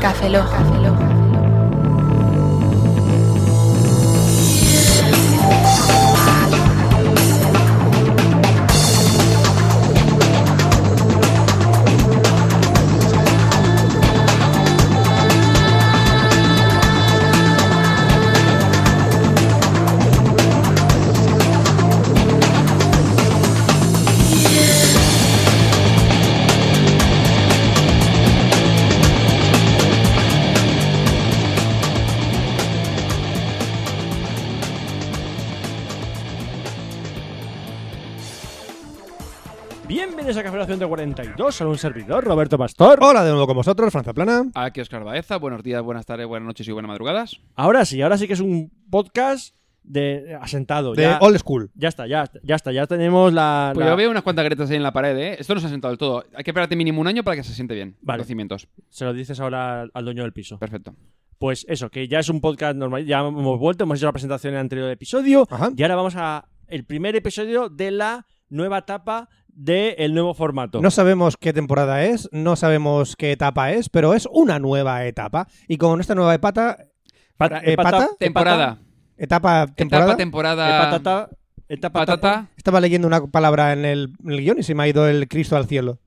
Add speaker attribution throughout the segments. Speaker 1: Café Loja. Café Loja.
Speaker 2: Bienvenidos a Café Loja 142, a un servidor, Roberto Pastor.
Speaker 3: Hola de nuevo con vosotros, Franza Plana.
Speaker 4: Aquí Oscar Baeza, buenos días, buenas tardes, buenas noches y buenas madrugadas.
Speaker 2: Ahora sí, ahora sí que es un podcast de asentado.
Speaker 3: De
Speaker 2: ya,
Speaker 3: Old School.
Speaker 2: ya está, ya, ya está, ya tenemos la...
Speaker 4: Pues
Speaker 2: la-
Speaker 4: yo veo unas cuantas grietas ahí en la pared, ¿eh? Esto no se ha sentado del todo. Hay que esperarte mínimo un año para que se siente bien.
Speaker 2: Vale.
Speaker 4: Los cimientos.
Speaker 2: Se lo dices ahora al- al dueño del piso.
Speaker 4: Perfecto.
Speaker 2: Pues eso, que ya es un podcast normal, ya hemos vuelto, hemos hecho la presentación en el anterior episodio
Speaker 3: Ajá.
Speaker 2: y ahora vamos a el primer episodio de la nueva etapa del nuevo formato.
Speaker 3: No sabemos qué temporada es, no sabemos qué etapa es, pero es una nueva etapa. Y con esta nueva etapa,
Speaker 2: Pat-
Speaker 3: eh,
Speaker 2: pata-
Speaker 3: pata-
Speaker 4: Temporada.
Speaker 3: etapa, temporada,
Speaker 4: Etapa, temporada.
Speaker 2: eh, patata, etapa-
Speaker 4: patata.
Speaker 3: estaba leyendo una palabra en el, en el guión y se me ha ido el Cristo al cielo.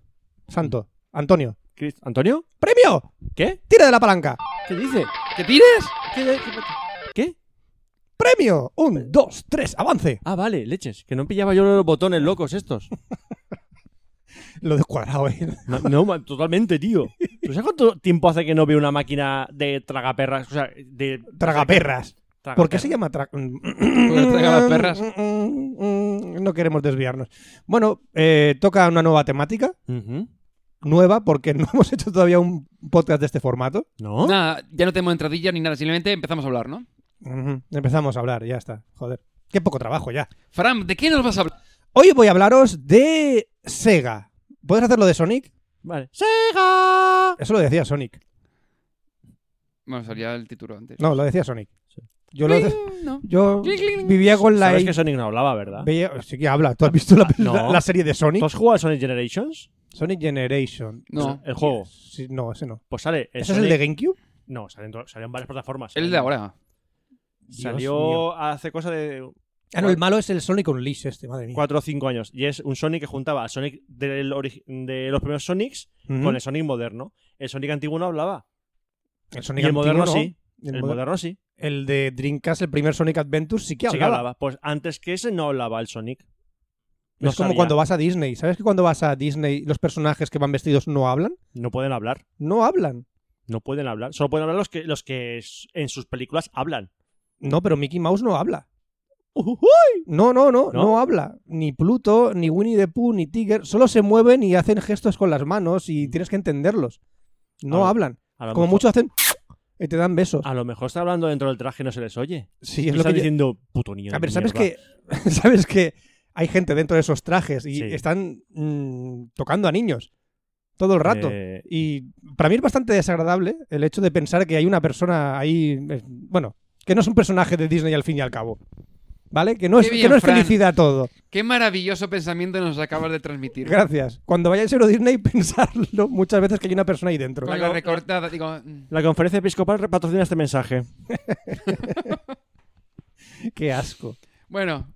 Speaker 3: Santo. Antonio.
Speaker 2: Crist- ¿Antonio?
Speaker 3: ¡Premio!
Speaker 2: ¿Qué?
Speaker 3: ¡Tira de la palanca!
Speaker 2: ¿Qué dice?
Speaker 4: ¿Que tires?
Speaker 2: ¿Qué? de- qué- qué?
Speaker 3: ¡Premio! Un, dos, tres, avance.
Speaker 2: Ah, vale, leches, que no pillaba yo los botones locos estos.
Speaker 3: Lo descuadrado, ¿eh?
Speaker 2: No, no, ma- totalmente, tío. ¿Tú sabes cuánto tiempo hace que no veo una máquina de tragaperras? O sea, de...
Speaker 3: Tragaperras.
Speaker 2: tragaperras?
Speaker 3: ¿Por qué se llama tra- Mm,
Speaker 4: Porque traga las perras.
Speaker 3: No queremos desviarnos. Bueno, eh, toca una nueva temática.
Speaker 2: Ujú.
Speaker 3: Nueva, porque no hemos hecho todavía un podcast de este formato.
Speaker 2: ¿No?
Speaker 4: Nada, ya no tenemos entradilla ni nada, simplemente empezamos a hablar, ¿no?
Speaker 3: Ujú, Empezamos a hablar, ya está. Joder. Qué poco trabajo ya.
Speaker 4: Fran, ¿de qué nos vas a hablar?
Speaker 3: Hoy voy a hablaros de Sega. ¿Puedes hacerlo de Sonic?
Speaker 2: Vale. ¡Sega!
Speaker 3: Eso lo decía Sonic.
Speaker 4: Bueno, salía el título antes.
Speaker 3: No, lo decía Sonic.
Speaker 2: Sí.
Speaker 3: Yo, lo de-
Speaker 4: No.
Speaker 3: yo
Speaker 4: Cling, cling.
Speaker 3: vivía con la...
Speaker 2: Sabes que Sonic no hablaba, ¿verdad?
Speaker 3: veía- Sí que habla. ¿Tú has visto la,
Speaker 2: no.
Speaker 3: la- la serie de Sonic?
Speaker 2: ¿Tú has jugado a Sonic Generations?
Speaker 3: Sonic Generation.
Speaker 4: No.
Speaker 2: El juego.
Speaker 3: Sí, no, ese no.
Speaker 2: Pues sale.
Speaker 3: ¿Ese es el de GameCube?
Speaker 2: No, salió en, to- salió en varias plataformas.
Speaker 4: El de ahora.
Speaker 3: Dios mío.
Speaker 2: Salió hace cosa de
Speaker 3: Ah, no, el malo es el Sonic Unleashed este, madre mía.
Speaker 2: 4 o 5 años. Y es un Sonic que juntaba a Sonic del ori- de los primeros Sonics
Speaker 3: Ujú.
Speaker 2: con el Sonic moderno. El Sonic antiguo no hablaba.
Speaker 3: El Sonic
Speaker 2: y el moderno
Speaker 3: antiguo, ¿no?
Speaker 2: sí.
Speaker 3: El,
Speaker 2: El
Speaker 3: moder-
Speaker 2: moderno sí.
Speaker 3: el de Dreamcast, el primer Sonic Adventure, sí que
Speaker 2: Sí
Speaker 3: hablaba.
Speaker 2: que hablaba. Pues antes que ese no hablaba el Sonic. No
Speaker 3: es como
Speaker 2: sabía.
Speaker 3: cuando vas a Disney. ¿Sabes que cuando vas a Disney los personajes que van vestidos no hablan?
Speaker 2: No pueden hablar.
Speaker 3: No hablan.
Speaker 2: No pueden hablar. Solo pueden hablar los que, los que s- en sus películas hablan.
Speaker 3: No, pero Mickey Mouse no habla.
Speaker 2: Ujujú.
Speaker 3: No, no, no, no,
Speaker 2: ¿No?
Speaker 3: habla. Ni Pluto, ni Winnie the Pooh, ni Tiger. Solo se mueven y hacen gestos con las manos y tienes que entenderlos. No
Speaker 2: Mm. Ah,
Speaker 3: hablan.
Speaker 2: A lo
Speaker 3: Como
Speaker 2: mejor-
Speaker 3: mucho hacen y te dan besos.
Speaker 2: A lo mejor está hablando dentro del traje y no se les oye.
Speaker 3: sí,
Speaker 2: Ah, Y
Speaker 3: es lo
Speaker 2: están
Speaker 3: que yo-
Speaker 2: diciendo, puto niño.
Speaker 3: A ver,
Speaker 2: de
Speaker 3: ¿sabes
Speaker 2: mierda".
Speaker 3: que, ¿sabes que hay gente dentro de esos trajes y
Speaker 2: Sí.
Speaker 3: están mm, tocando a niños todo el rato?
Speaker 2: Eh,
Speaker 3: Y para mí es bastante desagradable el hecho de pensar que hay una persona ahí, eh, bueno, que no es un personaje de Disney al fin y al cabo. ¿Vale? Que no
Speaker 4: Qué
Speaker 3: es, que
Speaker 4: bien,
Speaker 3: no es
Speaker 4: Fran.
Speaker 3: felicidad todo.
Speaker 4: Qué maravilloso pensamiento nos acabas de transmitir.
Speaker 3: Gracias. Cuando vayáis a Euro Disney, pensadlo muchas veces que hay una persona ahí dentro.
Speaker 4: Con la recortada, digo. mm.
Speaker 2: la conferencia episcopal repatrocina este mensaje.
Speaker 3: Qué asco.
Speaker 4: Bueno.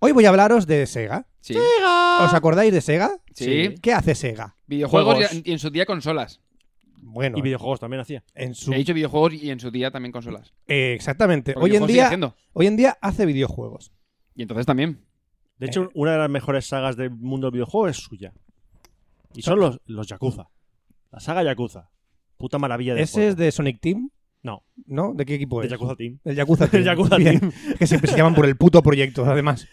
Speaker 3: Hoy voy a hablaros de Sega.
Speaker 4: Sí.
Speaker 3: ¿Os acordáis de Sega?
Speaker 4: Sí.
Speaker 3: ¿Qué hace Sega?
Speaker 4: Videojuegos
Speaker 2: Juegos.
Speaker 4: y y en su día consolas.
Speaker 3: Bueno,
Speaker 2: Y videojuegos también hacía.
Speaker 3: en su...
Speaker 4: He dicho videojuegos y en su día también consolas.
Speaker 3: eh, exactamente.
Speaker 4: Porque
Speaker 3: Hoy en
Speaker 4: videojuegos sigue
Speaker 3: día
Speaker 4: siendo.
Speaker 3: Hoy en día hace videojuegos.
Speaker 4: Y entonces también.
Speaker 2: De hecho,
Speaker 3: Eh.
Speaker 2: una de las mejores sagas del mundo del videojuego es suya. Y son los, los Yakuza. La saga Yakuza. Puta maravilla de
Speaker 3: ¿Ese es de Sonic Team?
Speaker 2: No.
Speaker 3: ¿No? ¿De pues, qué equipo es?
Speaker 2: de Yakuza Team.
Speaker 3: El Yakuza Team.
Speaker 2: El Yakuza
Speaker 3: Bien.
Speaker 2: Team.
Speaker 3: Que siempre se llaman por el puto proyecto, además.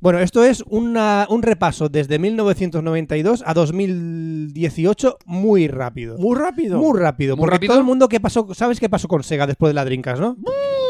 Speaker 3: Bueno, esto es una- un repaso desde 1992 a 2018 muy rápido.
Speaker 2: Muy rápido. Mm.
Speaker 3: Muy rápido.
Speaker 4: Muy
Speaker 3: porque
Speaker 4: rápido.
Speaker 3: todo el mundo que pasó... ¿Sabes qué pasó con Sega después de la Dreamcast, no?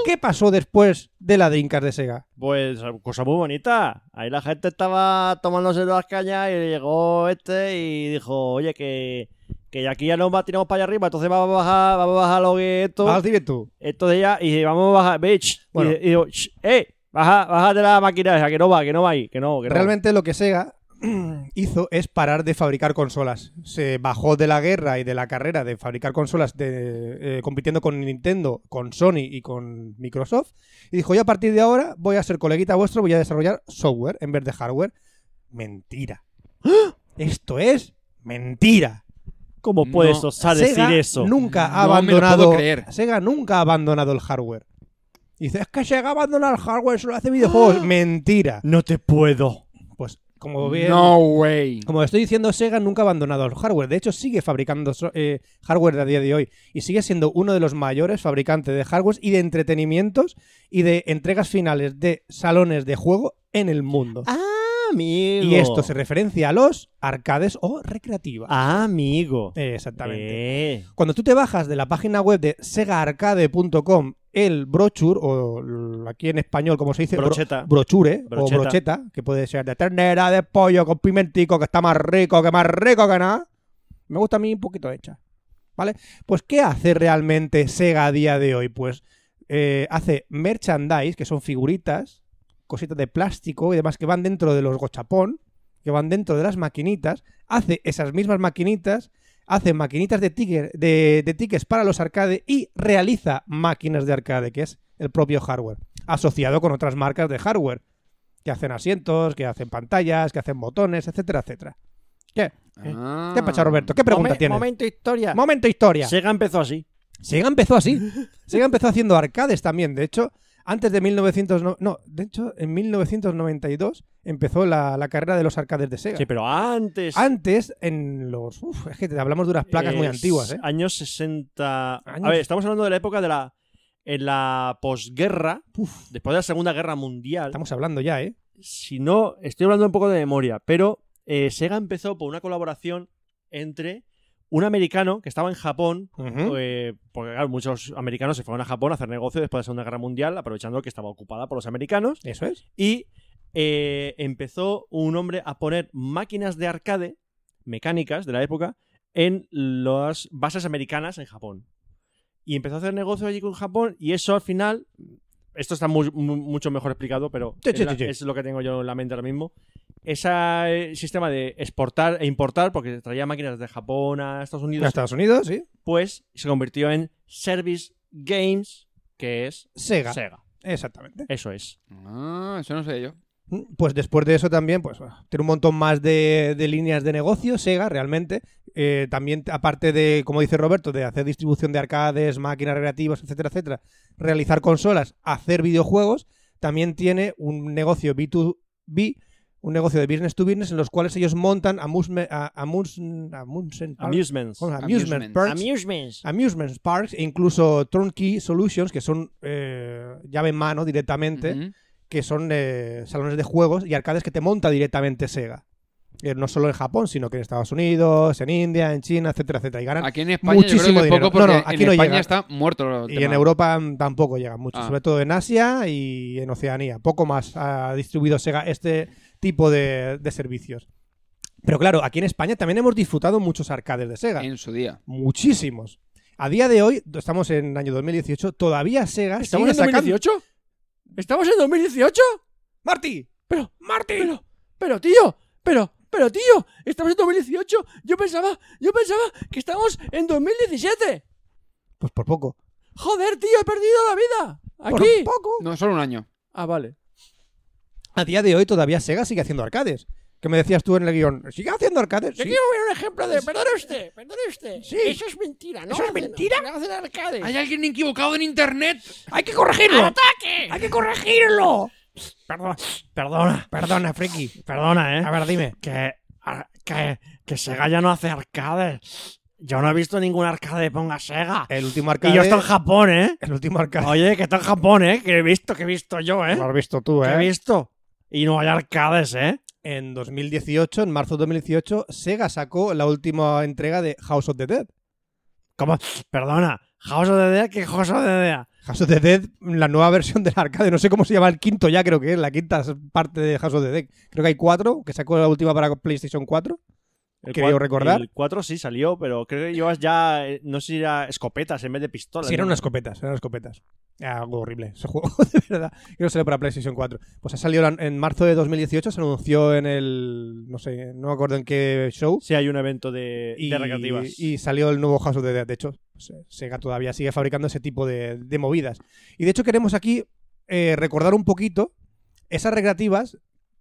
Speaker 3: ¿Qué pasó después de la Dreamcast de Sega?
Speaker 2: Pues cosa muy bonita. Ahí la gente estaba tomándose las cañas y llegó este y dijo, oye, que, que aquí ya nos va, tiramos para allá arriba, entonces vamos a bajar, vamos a bajar lo que es esto.
Speaker 3: Vas directo.
Speaker 2: Esto de ya, y vamos a bajar, bitch.
Speaker 3: Bueno.
Speaker 2: Y, y digo, "Shh, eh, baja, baja de la máquina esa, que no va, que no va ahí, que no, que no.
Speaker 3: Realmente lo que Sega hizo es parar de fabricar consolas. Se bajó de la guerra y de la carrera de fabricar consolas de, eh, compitiendo con Nintendo, con Sony y con Microsoft. Y dijo, yo a partir de ahora voy a ser coleguita vuestro, voy a desarrollar software en vez de hardware. Mentira. ¡Ah! Esto es mentira.
Speaker 2: ¿Cómo puedes
Speaker 4: No,
Speaker 2: osar
Speaker 3: Sega
Speaker 2: decir eso?
Speaker 3: Nunca ha
Speaker 4: No me lo puedo
Speaker 3: abandonado.
Speaker 4: creer.
Speaker 3: Sega nunca ha abandonado el hardware. Y dice, es que Sega ha abandonado el hardware, solo hace videojuegos. Mentira.
Speaker 2: No te puedo.
Speaker 3: Pues como bien.
Speaker 4: No way.
Speaker 3: Como estoy diciendo, Sega nunca ha abandonado el hardware. De hecho, sigue fabricando so- eh, hardware a día de hoy. Y sigue siendo uno de los mayores fabricantes de hardware y de entretenimientos y de entregas finales de salones de juego en el mundo.
Speaker 2: Ah, amigo.
Speaker 3: Y esto se referencia a los arcades o recreativas.
Speaker 2: Ah, amigo.
Speaker 3: Eh, exactamente.
Speaker 2: Eh,
Speaker 3: Cuando tú te bajas de la página web de segaarcade.com el brochure, o l- aquí en español, como se dice, Bro-
Speaker 2: brocheta.
Speaker 3: brochure
Speaker 2: Brocheta.
Speaker 3: o brocheta, que puede ser de ternera, de pollo, con pimentico, que está más rico, que más rico que nada. Me gusta a mí un poquito hecha. ¿Vale? Pues, ¿qué hace realmente Sega a día de hoy? Pues eh, hace merchandise, que son figuritas, cositas de plástico y demás que van dentro de los gochapón, que van dentro de las maquinitas, hace esas mismas maquinitas, hace maquinitas de, tigre- de, de tickets para los arcade y realiza máquinas de arcade, que es el propio hardware, asociado con otras marcas de hardware, que hacen asientos, que hacen pantallas, que hacen botones, etcétera, etcétera. ¿Qué?
Speaker 4: Ah.
Speaker 3: ¿Qué pasa, Roberto? ¿Qué pregunta
Speaker 2: Momen-
Speaker 3: tienes?
Speaker 2: Momento historia.
Speaker 3: Momento historia.
Speaker 2: Sega empezó así.
Speaker 3: Sega empezó así. Sega empezó haciendo arcades también. De hecho, antes de 1900 no, no, de hecho, en 1992 empezó la, la carrera de los arcades de Sega.
Speaker 2: Sí, pues, pero antes.
Speaker 3: Antes, en los. Uf, es que te hablamos de unas placas muy
Speaker 2: eh,
Speaker 3: antiguas, ¿eh?
Speaker 2: Años 60.
Speaker 3: Años.
Speaker 2: A ver, estamos hablando de la época de la. En la posguerra, después de la Segunda Guerra Mundial,
Speaker 3: Estamos hablando ya, ¿eh?
Speaker 2: si no, estoy hablando un poco de memoria, pero eh, Sega empezó por una colaboración entre un americano que estaba en Japón,
Speaker 3: Ujú.
Speaker 2: eh, porque claro, muchos americanos se fueron a Japón a hacer negocio después de la Segunda Guerra Mundial, aprovechando que estaba ocupada por los americanos,
Speaker 3: Eso es.
Speaker 2: y eh, empezó un hombre a poner máquinas de arcade, mecánicas de la época, en las bases americanas en Japón. Y empezó a hacer negocio allí con Japón, y eso al final, esto está mu- mu- mucho mejor explicado, pero
Speaker 3: Sí,
Speaker 2: es,
Speaker 3: sí,
Speaker 2: la-
Speaker 3: sí, sí.
Speaker 2: es lo que tengo yo en la mente ahora mismo. Ese sistema de exportar e importar, porque traía máquinas de Japón a Estados
Speaker 3: A
Speaker 2: Unidos,
Speaker 3: Estados Unidos, sí.
Speaker 2: pues se convirtió en Service Games, que es
Speaker 3: Sega.
Speaker 2: Sega.
Speaker 3: Exactamente.
Speaker 2: Eso es.
Speaker 4: Ah, eso no sé yo.
Speaker 3: Pues después de eso también, pues bueno, tiene un montón más de, de líneas de negocio, Sega, realmente. Eh, también, aparte de, como dice Roberto, de hacer distribución de arcades, máquinas recreativas, etcétera, etcétera, realizar consolas, hacer videojuegos, también tiene un negocio B2B, un negocio de business to business, en los cuales ellos montan amusme, a, amus, amusen-
Speaker 2: Amusements.
Speaker 3: ¿cómo se llama?
Speaker 4: Amusement.
Speaker 3: amusement parks,
Speaker 2: Amusements.
Speaker 3: amusement parks e incluso turnkey solutions, que son eh, llave en mano directamente
Speaker 4: Ujú.
Speaker 3: que son eh, salones de juegos y arcades que te monta directamente Sega. Eh, no solo en Japón, sino que en Estados Unidos, en India, en China, etcétera, etcétera. Y ganan.
Speaker 4: Aquí en España yo creo
Speaker 3: muchísimo
Speaker 4: que
Speaker 3: dinero.
Speaker 4: poco
Speaker 3: No,
Speaker 4: porque
Speaker 3: no, aquí
Speaker 4: en
Speaker 3: no
Speaker 4: España
Speaker 3: llega.
Speaker 4: está muerto el
Speaker 3: Y
Speaker 4: tema.
Speaker 3: en Europa mm, tampoco llegan mucho,
Speaker 4: Ah.
Speaker 3: sobre todo en Asia y en Oceanía. Poco más ha distribuido Sega este tipo de, de servicios. Pero claro, aquí en España también hemos disfrutado muchos arcades de Sega.
Speaker 4: En su día.
Speaker 3: Muchísimos. A día de hoy, estamos en el año 2018, todavía Sega
Speaker 2: ¿Estamos
Speaker 3: sigue
Speaker 2: en
Speaker 3: sacando-
Speaker 2: 2018? ¿Estamos en 2018?
Speaker 3: ¡Marty!
Speaker 2: Pero, Martín. Pero, pero, tío, pero, pero, tío, estamos en 2018. Yo pensaba, yo pensaba que estamos en 2017.
Speaker 3: Pues por poco.
Speaker 2: Joder, tío, he perdido la vida.
Speaker 3: Por
Speaker 2: Aquí.
Speaker 3: poco.
Speaker 4: No, solo un año.
Speaker 2: Ah, vale.
Speaker 3: A día de hoy todavía Sega sigue haciendo arcades. Que me decías tú en el guión, ¿sigue haciendo arcades? Sí.
Speaker 2: ver un ejemplo de. Perdone usted, perdone usted.
Speaker 3: Sí.
Speaker 1: Eso es mentira, ¿no?
Speaker 3: ¿Eso es
Speaker 1: Hacen-
Speaker 3: mentira?
Speaker 1: hacen arcades.
Speaker 4: ¿Hay alguien equivocado en internet?
Speaker 3: ¡Hay que corregirlo!
Speaker 1: ¡Ataque!
Speaker 3: ¡Hay que corregirlo!
Speaker 2: Perdona, perdona,
Speaker 3: Perdona, friki.
Speaker 2: perdona, eh.
Speaker 3: A ver, dime.
Speaker 2: que, ar- que, que Sega ya no hace arcades. Yo no he visto ningún arcade que ponga Sega.
Speaker 3: El último arcade...
Speaker 2: Y yo estoy en Japón, ¿eh?
Speaker 3: El último arcade...
Speaker 2: Oye, que está en Japón, ¿eh? Que he visto, que he visto yo, ¿eh?
Speaker 3: Lo has visto tú,
Speaker 2: Que he
Speaker 3: ¿eh?
Speaker 2: visto. Y no hay arcades, ¿eh?
Speaker 3: En 2018, en marzo de 2018, Sega sacó la última entrega de House of the Dead.
Speaker 2: ¿Cómo? Perdona. House of the Dead, que House of the Dead.
Speaker 3: House of the Dead, la nueva versión del arcade, no sé cómo se llama, el quinto ya creo que es, la quinta parte de House of the Dead. Creo que hay cuatro, que sacó la última para PlayStation 4.
Speaker 2: El
Speaker 3: Creo
Speaker 2: cua-
Speaker 3: recordar.
Speaker 2: El 4 sí salió, pero creo que llevas ya, eh, no sé si era escopetas en vez de pistolas.
Speaker 3: Sí, eran
Speaker 2: ¿no?
Speaker 3: unas escopetas, eran unas escopetas. Era Algo horrible ese juego, de verdad. Y no salió para PlayStation 4. Pues ha salido la- en marzo de 2018, se anunció en el. No sé, no me acuerdo en qué show.
Speaker 2: Sí, hay un evento de,
Speaker 3: Y,
Speaker 2: de recreativas.
Speaker 3: y salió el nuevo House of the Dead. De hecho, se- Sega todavía sigue fabricando ese tipo de, de movidas. Y de hecho, queremos aquí eh, recordar un poquito esas recreativas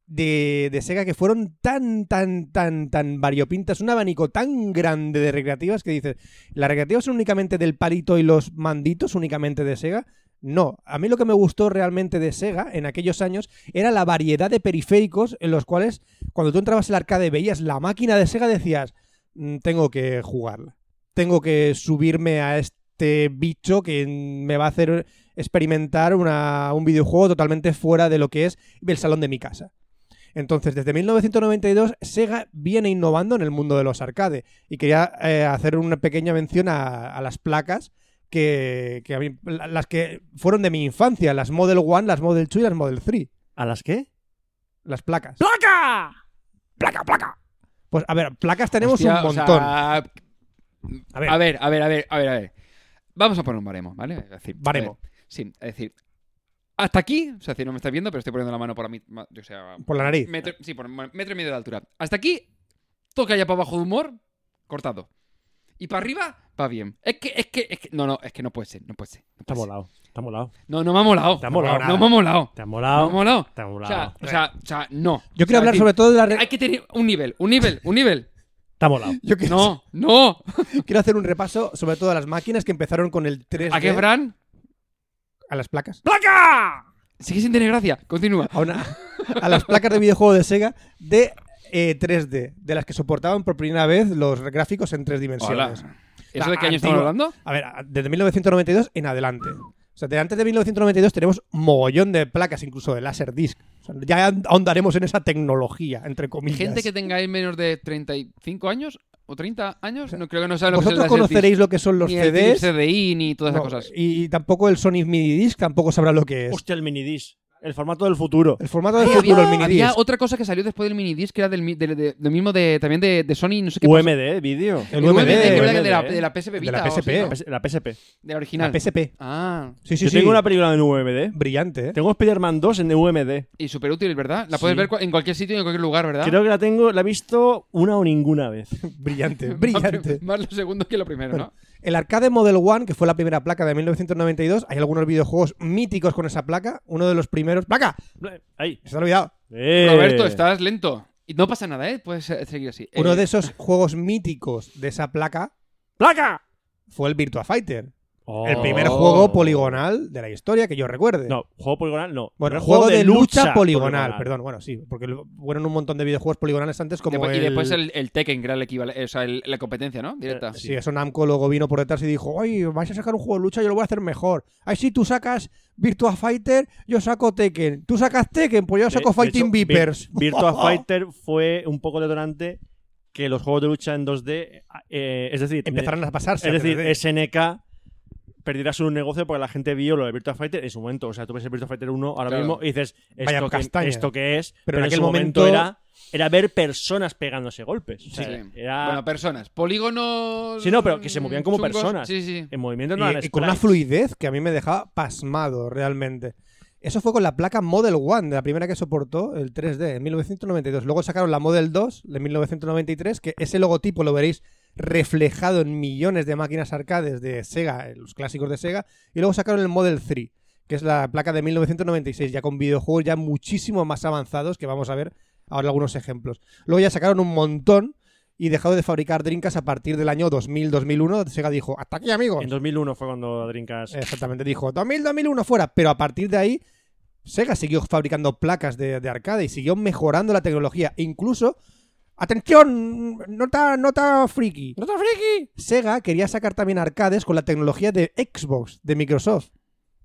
Speaker 3: de, de Sega que fueron tan, tan, tan, tan variopintas. Un abanico tan grande de recreativas que dices, ¿las recreativas son únicamente del palito y los manditos únicamente de Sega? No, a mí lo que me gustó realmente de Sega en aquellos años era la variedad de periféricos en los cuales cuando tú entrabas al arcade y veías la máquina de Sega decías, "Mm, tengo que jugarla, tengo que subirme a este bicho que me va a hacer experimentar una- un videojuego totalmente fuera de lo que es el salón de mi casa. Entonces, desde 1992, Sega viene innovando en el mundo de los arcades. Y quería eh, hacer una pequeña mención a, a las placas que, que a mí- la- las que fueron de mi infancia, las Model 1, las Model 2 y las Model 3.
Speaker 2: ¿A las qué?
Speaker 3: Las placas.
Speaker 2: ¡Placa!
Speaker 3: ¡Placa, placa! Pues a ver, placas tenemos
Speaker 4: Hostia,
Speaker 3: un
Speaker 4: o sea,
Speaker 3: montón. a ver,
Speaker 4: a ver, a ver, a ver, a ver, a ver. Vamos a poner un baremo, ¿vale? Es decir,
Speaker 3: Baremo.
Speaker 4: a ver, sí, es decir, hasta aquí, o sea, es decir, no me estás viendo, pero estoy poniendo la mano por mí, ma- yo sé, a-
Speaker 3: por la nariz.
Speaker 4: metro, sí, por ma- metro y medio de altura. Hasta aquí, toca ya para abajo de humor, cortado. Y para arriba, va bien. Es que, es que, es que, no, no, es que no puede ser, no puede ser. No,
Speaker 2: Te ha
Speaker 4: puede ser.
Speaker 2: molado. Te ha molado.
Speaker 4: no, no me ha molado.
Speaker 2: Te ha molado
Speaker 4: No me ha molado.
Speaker 2: Te ha
Speaker 4: No me ha
Speaker 2: molado.
Speaker 4: molado.
Speaker 2: Te ha
Speaker 4: O sea,
Speaker 2: molado.
Speaker 4: o sea, o sea, no.
Speaker 3: Yo quiero
Speaker 4: O sea,
Speaker 3: hablar
Speaker 4: es
Speaker 3: sobre todo de la re-
Speaker 4: decir, Hay que tener un nivel, un nivel, un nivel.
Speaker 2: Te ha molado.
Speaker 3: Yo quiero,
Speaker 4: No, no.
Speaker 3: quiero hacer un repaso sobre todo a las máquinas que empezaron con el 3D.
Speaker 4: ¿A qué, Fran?
Speaker 3: a las
Speaker 2: ¡Ah!
Speaker 3: placas.
Speaker 4: ¡Placa! Sigue sin tener gracia. Continúa.
Speaker 3: A, una- a las placas de videojuego de Sega de eh, 3D, de las que soportaban por primera vez los gráficos en tres dimensiones.
Speaker 4: ¿Eso de qué
Speaker 3: Ah,
Speaker 4: año estamos
Speaker 3: antigua.
Speaker 4: hablando?
Speaker 3: A ver, a- desde 1992 en adelante. O sea, de antes de 1992 tenemos mogollón de placas, incluso de láser disc. O sea, ya ahondaremos en esa tecnología, entre comillas.
Speaker 4: Gente que tengáis menos de 35 años o 30 años, no creo que no sabe lo que es el
Speaker 3: Vosotros
Speaker 4: láser disc.
Speaker 3: conoceréis lo que son los
Speaker 4: Ni el
Speaker 3: CDs.
Speaker 4: CDI ni todas esas
Speaker 3: no, eh,
Speaker 4: cosas.
Speaker 3: Y tampoco el Sony Mini Disc, tampoco sabrá lo que es.
Speaker 2: Hostia, el minidisc. El formato del futuro.
Speaker 3: El formato del
Speaker 4: Ay,
Speaker 3: futuro,
Speaker 4: había,
Speaker 3: el mini
Speaker 4: había
Speaker 3: disc.
Speaker 4: otra cosa que salió después del minidisc que era del, mi- del- de- del mismo de también de, de Sony no sé qué pasa.
Speaker 2: UMD, vídeo.
Speaker 3: El
Speaker 4: El UMD,
Speaker 3: UMD,
Speaker 4: que era
Speaker 2: UMD,
Speaker 4: de la,
Speaker 2: ¿eh?
Speaker 4: de la PSP Vita
Speaker 3: la
Speaker 4: o algo
Speaker 3: PSP.
Speaker 4: así,
Speaker 2: La
Speaker 4: ¿no?
Speaker 2: PS- La PSP.
Speaker 4: de la original
Speaker 3: La PSP.
Speaker 4: ah
Speaker 3: Sí, sí,
Speaker 2: Yo
Speaker 3: sí.
Speaker 2: tengo una película en UMD.
Speaker 3: Brillante, ¿eh?
Speaker 2: Tengo Spider-Man 2 en UMD.
Speaker 4: y súper útil ¿verdad? la puedes
Speaker 2: Sí.
Speaker 4: ver cu- en cualquier sitio y en cualquier lugar ¿verdad?
Speaker 2: Creo que la tengo, la he visto una o ninguna vez.
Speaker 3: Brillante,
Speaker 4: Más-
Speaker 3: brillante.
Speaker 4: más lo segundo que lo primero ¿no?
Speaker 3: El arcade Model One, que fue la primera placa de 1992, hay algunos videojuegos míticos con esa placa. Uno de los primeros. ¡Placa!
Speaker 2: Ahí.
Speaker 3: Se te ha olvidado.
Speaker 2: Eh.
Speaker 4: Roberto estás lento y no pasa nada ¿eh? puedes eh, seguir así
Speaker 3: Uno
Speaker 4: Eh,
Speaker 3: de esos juegos míticos de esa placa
Speaker 2: ¡Placa!
Speaker 3: fue el Virtua Fighter.
Speaker 2: Oh.
Speaker 3: El primer juego poligonal de la historia que yo recuerde.
Speaker 2: No, juego poligonal no.
Speaker 3: Bueno,
Speaker 2: Era
Speaker 3: juego, de lucha, poligonal, perdón, bueno, sí, porque lo- fueron un montón de videojuegos poligonales antes como
Speaker 4: Después-
Speaker 3: el, Eh,
Speaker 4: Y después el, el Tekken, que era el equivalente, o sea, el- la competencia, ¿no? Directa.
Speaker 3: Sí, eso Namco luego vino por detrás y dijo, ay, vais a sacar un juego de lucha, yo lo voy a hacer mejor. Ay, sí, tú sacas Virtua Fighter, yo saco Tekken. Tú sacas Tekken, pues yo
Speaker 2: De-
Speaker 3: saco
Speaker 2: de
Speaker 3: Fighting
Speaker 2: hecho, Vir-
Speaker 3: Vipers.
Speaker 2: Virtua Fighter fue un poco detonante que los juegos de lucha en 2D, eh, es decir,
Speaker 3: Empezaron a pasarse.
Speaker 2: es decir,
Speaker 3: ¿entendés?
Speaker 2: SNK perdiera su negocio porque la gente vio lo de Virtua Fighter en su momento. O sea, tú ves el Virtua Fighter 1 ahora
Speaker 4: Claro.
Speaker 2: mismo y dices,
Speaker 3: Vaya
Speaker 2: ¿esto, que,
Speaker 3: castaña.
Speaker 2: esto qué es? Pero,
Speaker 3: en
Speaker 2: en,
Speaker 3: aquel
Speaker 2: su momento,
Speaker 3: momento-
Speaker 2: era, era ver personas pegándose golpes. O sea,
Speaker 4: Sí.
Speaker 2: era-
Speaker 4: Bueno, personas. Polígonos.
Speaker 2: Ah. Sí, no, pero que se movían como
Speaker 4: chungos.
Speaker 2: personas.
Speaker 4: Sí, sí.
Speaker 2: en movimiento no eran
Speaker 3: y, y con una
Speaker 2: sprites.
Speaker 3: fluidez que a mí me dejaba pasmado realmente. Eso fue con la placa Model 1, de la primera que soportó el 3D en 1992. Luego sacaron la Model 2 de 1993, que ese logotipo lo veréis reflejado en millones de máquinas arcades de Sega, en los clásicos de Sega. Y luego sacaron el Model 3, que es la placa de 1996, ya con videojuegos ya muchísimo más avanzados, que vamos a ver ahora algunos ejemplos. Luego ya sacaron un montón y dejado de fabricar Drinkas a partir del año 2000-2001. Sega dijo, hasta aquí amigos.
Speaker 2: En 2001 fue cuando Drinkas.
Speaker 3: Exactamente, dijo 2000, 2001 fuera. Pero a partir de ahí, Sega siguió fabricando placas de, de arcade y siguió mejorando la tecnología. Incluso, atención, nota, nota friki. ¡Nota friki! Sega quería sacar también arcades con la tecnología de Xbox, de Microsoft.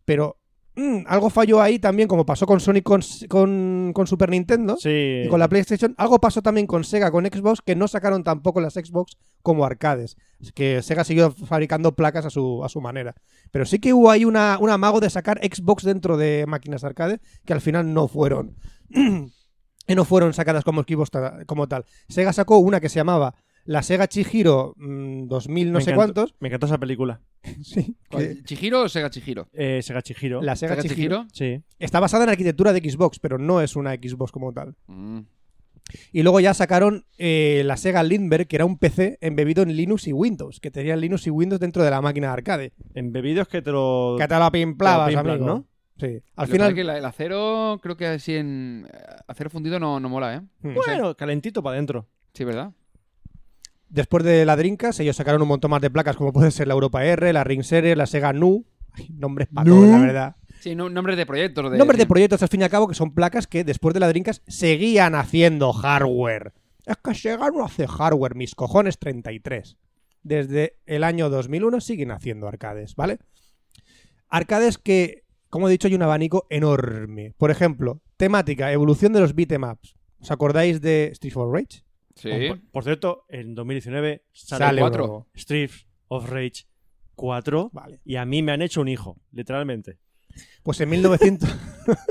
Speaker 3: Pero mm, algo falló ahí también, como pasó con Sony con, con, con Super Nintendo.
Speaker 2: Sí.
Speaker 3: Y con la PlayStation, algo pasó también con Sega, con Xbox, que no sacaron tampoco las Xbox como arcades. Es que Sega siguió fabricando placas a su, a su manera. Pero sí que hubo ahí una, un amago de sacar Xbox dentro de máquinas arcade, que al final no fueron. y no fueron sacadas como equipos ta- como tal. Sega sacó una que se llamaba la Sega Chihiro mm, 2000 no
Speaker 2: Me
Speaker 3: sé
Speaker 2: encantó-
Speaker 3: cuántos.
Speaker 2: Me encantó esa película.
Speaker 3: Sí, que-
Speaker 4: ¿Cuál? ¿Chihiro o Sega Chihiro?
Speaker 2: Eh, Sega Chihiro.
Speaker 3: la Sega,
Speaker 4: ¿Sega
Speaker 3: Chihiro.
Speaker 4: Chihiro?
Speaker 2: Sí.
Speaker 3: está basada en la arquitectura de Xbox, pero no es una Xbox como tal.
Speaker 4: Mm.
Speaker 3: Y luego ya sacaron eh, la Sega Lindbergh, que era un PC embebido en Linux y Windows, que tenía Linux y Windows dentro de la máquina de arcade.
Speaker 2: En bebidos que te lo.
Speaker 3: Que te la pimplabas,
Speaker 2: Pues, Te la pimplas,
Speaker 3: amigo.
Speaker 2: ¿no?
Speaker 3: Sí. Al
Speaker 4: Lo que pasa es
Speaker 3: final,
Speaker 4: que la- el acero, creo que así en. eh, Acero fundido no, no mola, ¿eh?
Speaker 3: Hmm.
Speaker 2: Bueno, Pues calentito para adentro.
Speaker 4: Sí, ¿verdad?
Speaker 3: después de la Dreamcast, ellos sacaron un montón más de placas, como puede ser la Europa R, la Ring Series, la Sega Nu. Ay, Nombres para
Speaker 2: Nu.
Speaker 3: la verdad.
Speaker 4: Sí, no- nombres de proyectos. De,
Speaker 3: Nombres de
Speaker 4: sí.
Speaker 3: proyectos, al fin y al cabo, que son placas que después de la Dreamcast seguían haciendo hardware. Es que Sega no hace hardware, mis cojones 33. Desde el año 2001 siguen haciendo arcades, ¿vale? Arcades que, como he dicho, hay un abanico enorme. Por ejemplo, temática, evolución de los beatemaps. ¿Os acordáis de Street for Rage?
Speaker 4: Sí.
Speaker 2: Por, por cierto, en 2019 sale,
Speaker 3: Sale
Speaker 4: cuatro.
Speaker 3: nuevo.
Speaker 2: Streets of Rage 4
Speaker 3: Vale.
Speaker 2: y a mí me han hecho un hijo, literalmente.
Speaker 3: Pues en 1900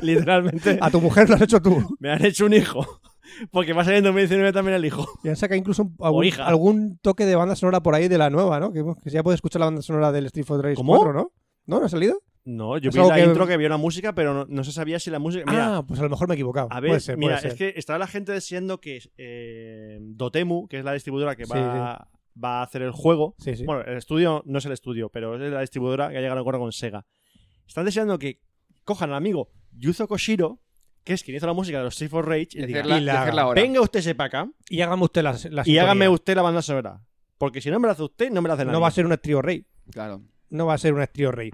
Speaker 2: literalmente
Speaker 3: a tu mujer lo has hecho tú.
Speaker 2: me han hecho un hijo. Porque va a salir en 2019 también el hijo.
Speaker 3: Ya saca incluso un-
Speaker 2: O
Speaker 3: algún,
Speaker 2: hija.
Speaker 3: algún toque de banda sonora por ahí de la nueva, ¿no? Que, que ya puedes escuchar la banda sonora del Street Fighter Rage
Speaker 2: ¿Cómo?
Speaker 3: 4, ¿no? ¿No? ¿No ha salido?
Speaker 2: No, yo
Speaker 3: Es
Speaker 2: vi
Speaker 3: algo
Speaker 2: la
Speaker 3: que-
Speaker 2: intro que había una música, pero no, no se sabía si la música. Mira,
Speaker 3: ah, pues a lo mejor me he equivocado.
Speaker 2: a ver,
Speaker 3: puede ser,
Speaker 2: mira,
Speaker 3: puede ser.
Speaker 2: es que estaba la gente diciendo que eh, Dotemu, que es la distribuidora que
Speaker 3: Sí,
Speaker 2: va, va a hacer el juego,
Speaker 3: Sí, sí.
Speaker 2: Bueno, el estudio no es el estudio, pero es la distribuidora que ha llegado a acuerdo con Sega. Están deseando que cojan al amigo Yuzo Koshiro, que es quien hizo la música de los Street for Rage, y
Speaker 4: Y
Speaker 2: digan,
Speaker 4: hacerla,
Speaker 3: Y la
Speaker 4: y hacerla
Speaker 3: haga.
Speaker 4: ahora.
Speaker 2: venga usted sepa acá
Speaker 3: y hágame usted las, la
Speaker 2: y
Speaker 3: sintonía.
Speaker 2: hágame usted la banda sonora. Porque si no me la hace usted, no me la hace nadie.
Speaker 3: No va a ser un trío rey.
Speaker 4: Claro.
Speaker 3: No va a ser un trío rey.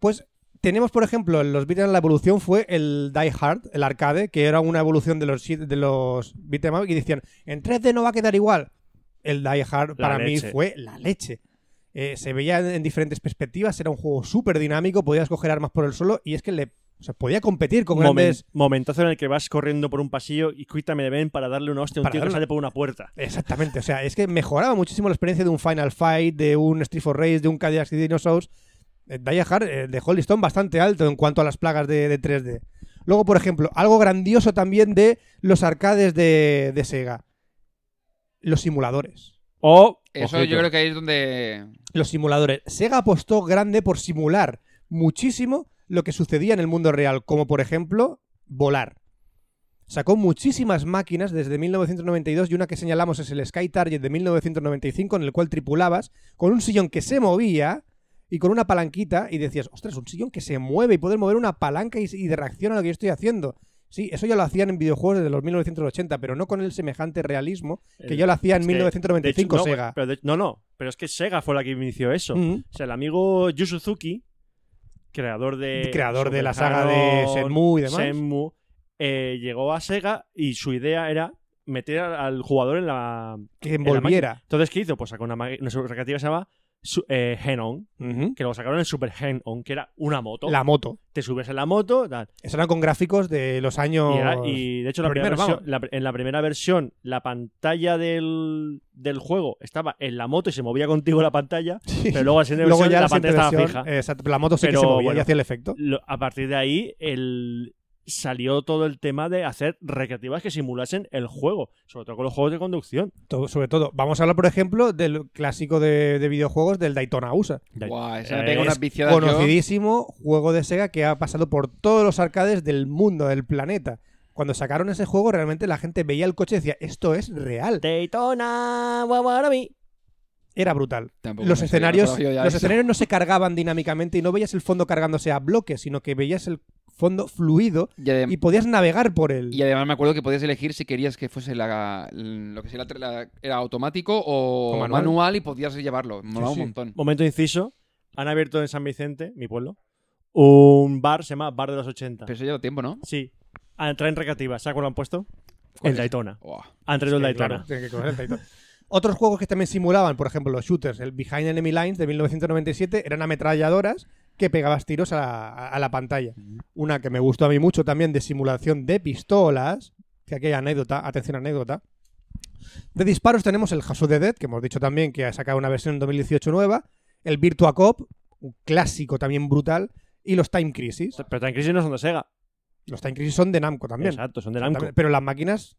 Speaker 3: Pues tenemos, por ejemplo, en los beat'em up, la evolución fue el Die Hard, el arcade, que era una evolución de los, shit- de los beat'em up, y decían, en 3D no va a quedar igual. El Die Hard para mí
Speaker 2: leche.
Speaker 3: fue la leche. Eh, se veía en, en diferentes perspectivas, era un juego súper dinámico, podías coger armas por el suelo y es que le o sea, podía competir con
Speaker 2: Momen-
Speaker 3: grandes...
Speaker 2: Momentazo en el que vas corriendo por un pasillo y quítame de ven para darle una hostia a un
Speaker 3: Para
Speaker 2: tío que
Speaker 3: darle-
Speaker 2: sale por una puerta.
Speaker 3: Exactamente, o sea, es que mejoraba muchísimo la experiencia de un Final Fight, de un Street for Race, de un Cadillac y Dinosaurs. Eh, Die Hard eh, dejó el listón bastante alto en cuanto a las plagas de, de 3D. Luego, por ejemplo, algo grandioso también de los arcades de, de Sega. Los simuladores.
Speaker 2: O,
Speaker 4: Eso
Speaker 2: ojito,
Speaker 4: yo creo que ahí es donde.
Speaker 3: Los simuladores. Sega apostó grande por simular muchísimo lo que sucedía en el mundo real, como por ejemplo volar. Sacó muchísimas máquinas desde 1992 y una que señalamos es el Sky Target de 1995 en el cual tripulabas con un sillón que se movía y con una palanquita y decías, ostras, un sillón que se mueve y poder mover una palanca y, y de reacción a lo que yo estoy haciendo. Sí, eso ya lo hacían en videojuegos desde los 1980, pero no con el semejante realismo que
Speaker 2: El-
Speaker 3: ya lo hacía en
Speaker 2: Eh, es que,
Speaker 3: 1995
Speaker 2: de hecho, no,
Speaker 3: Sega.
Speaker 2: pero de- no, no, pero es que Sega fue la que inició eso.
Speaker 3: Mm.
Speaker 2: O sea, el amigo Yu Suzuki, creador de.
Speaker 3: creador de
Speaker 2: Super
Speaker 3: la saga de
Speaker 2: Canon,
Speaker 3: Shenmue y demás.
Speaker 2: Shenmue, eh, llegó a Sega y su idea era meter al al jugador en la.
Speaker 3: que
Speaker 2: la
Speaker 3: envolviera.
Speaker 2: Entonces, ¿qué hizo? Pues sacó una, maqui- una super recreativa que se llama Su- eh, Hen-On,
Speaker 3: Ujú.
Speaker 2: que luego sacaron en Super Hen-On, que era una moto.
Speaker 3: La moto.
Speaker 2: Te subes en la moto, tal.
Speaker 3: Eso era con gráficos de los años.
Speaker 2: Y, era- y, de hecho, la
Speaker 3: Lo
Speaker 2: primera
Speaker 3: primero,
Speaker 2: versión- la- en la primera versión, la pantalla del, del juego estaba en la moto y se movía contigo la pantalla,
Speaker 3: Sí.
Speaker 2: pero luego, la siguiente
Speaker 3: Luego
Speaker 2: versión,
Speaker 3: ya
Speaker 2: la
Speaker 3: siguiente
Speaker 2: pantalla estaba fija.
Speaker 3: versión, exacto, la moto sí
Speaker 2: Pero,
Speaker 3: que se movía y
Speaker 2: bueno.
Speaker 3: hacía el efecto.
Speaker 2: lo- a partir de ahí el- salió todo el tema de hacer recreativas que simulasen el juego, sobre todo con los juegos de conducción.
Speaker 3: Todo- sobre todo, vamos a hablar, por ejemplo, del clásico de, de videojuegos del Daytona USA.
Speaker 4: Guau, esa
Speaker 2: Eh,
Speaker 4: me pega
Speaker 2: es
Speaker 4: unas viciadas. yo.
Speaker 3: Conocidísimo juego de Sega que ha pasado por todos los arcades del mundo, del planeta. Cuando sacaron ese juego, realmente la gente veía el coche y decía, esto es real.
Speaker 2: Daytona, Wawarami.
Speaker 3: Era brutal.
Speaker 4: Tampoco
Speaker 3: los
Speaker 4: me
Speaker 3: escenarios,
Speaker 4: sabía, yo ya
Speaker 3: los
Speaker 4: eso.
Speaker 3: escenarios no se cargaban dinámicamente y no veías el fondo cargándose a bloques, sino que veías el fondo fluido
Speaker 4: Y, adem-
Speaker 3: y podías navegar por él.
Speaker 4: y además me acuerdo que podías elegir si querías que fuese la, lo que sea la, la- era automático o,
Speaker 3: O manual.
Speaker 4: manual. y podías llevarlo. Molaba
Speaker 3: sí.
Speaker 4: un montón.
Speaker 2: Momento inciso, han abierto en San Vicente, mi pueblo, un bar, se llama Bar de los 80.
Speaker 4: Pero eso lleva tiempo, ¿no?
Speaker 2: Sí, Ah, traen recreativas, ¿sabes cuál lo han puesto? El
Speaker 4: ¿Cuál es?
Speaker 2: Daytona.
Speaker 4: Buah.
Speaker 2: Han traído el
Speaker 3: Sí,
Speaker 2: Daytona.
Speaker 3: claro, tiene que coger el Daytona. Otros juegos que también simulaban, por ejemplo, los shooters, el Behind Enemy Lines de 1997, eran ametralladoras que pegabas tiros a la, a la pantalla. Una que me gustó a mí mucho también de simulación de pistolas, que aquí hay anécdota, atención anécdota. De disparos tenemos el House of the Dead, que hemos dicho también que ha sacado una versión en 2018 nueva, el Virtua Cop, un clásico también brutal, y los Time Crisis.
Speaker 2: Pero Time Crisis no son de Sega.
Speaker 3: Los Time Crisis son de Namco también.
Speaker 2: Exacto, son de Namco.
Speaker 3: También- Pero las máquinas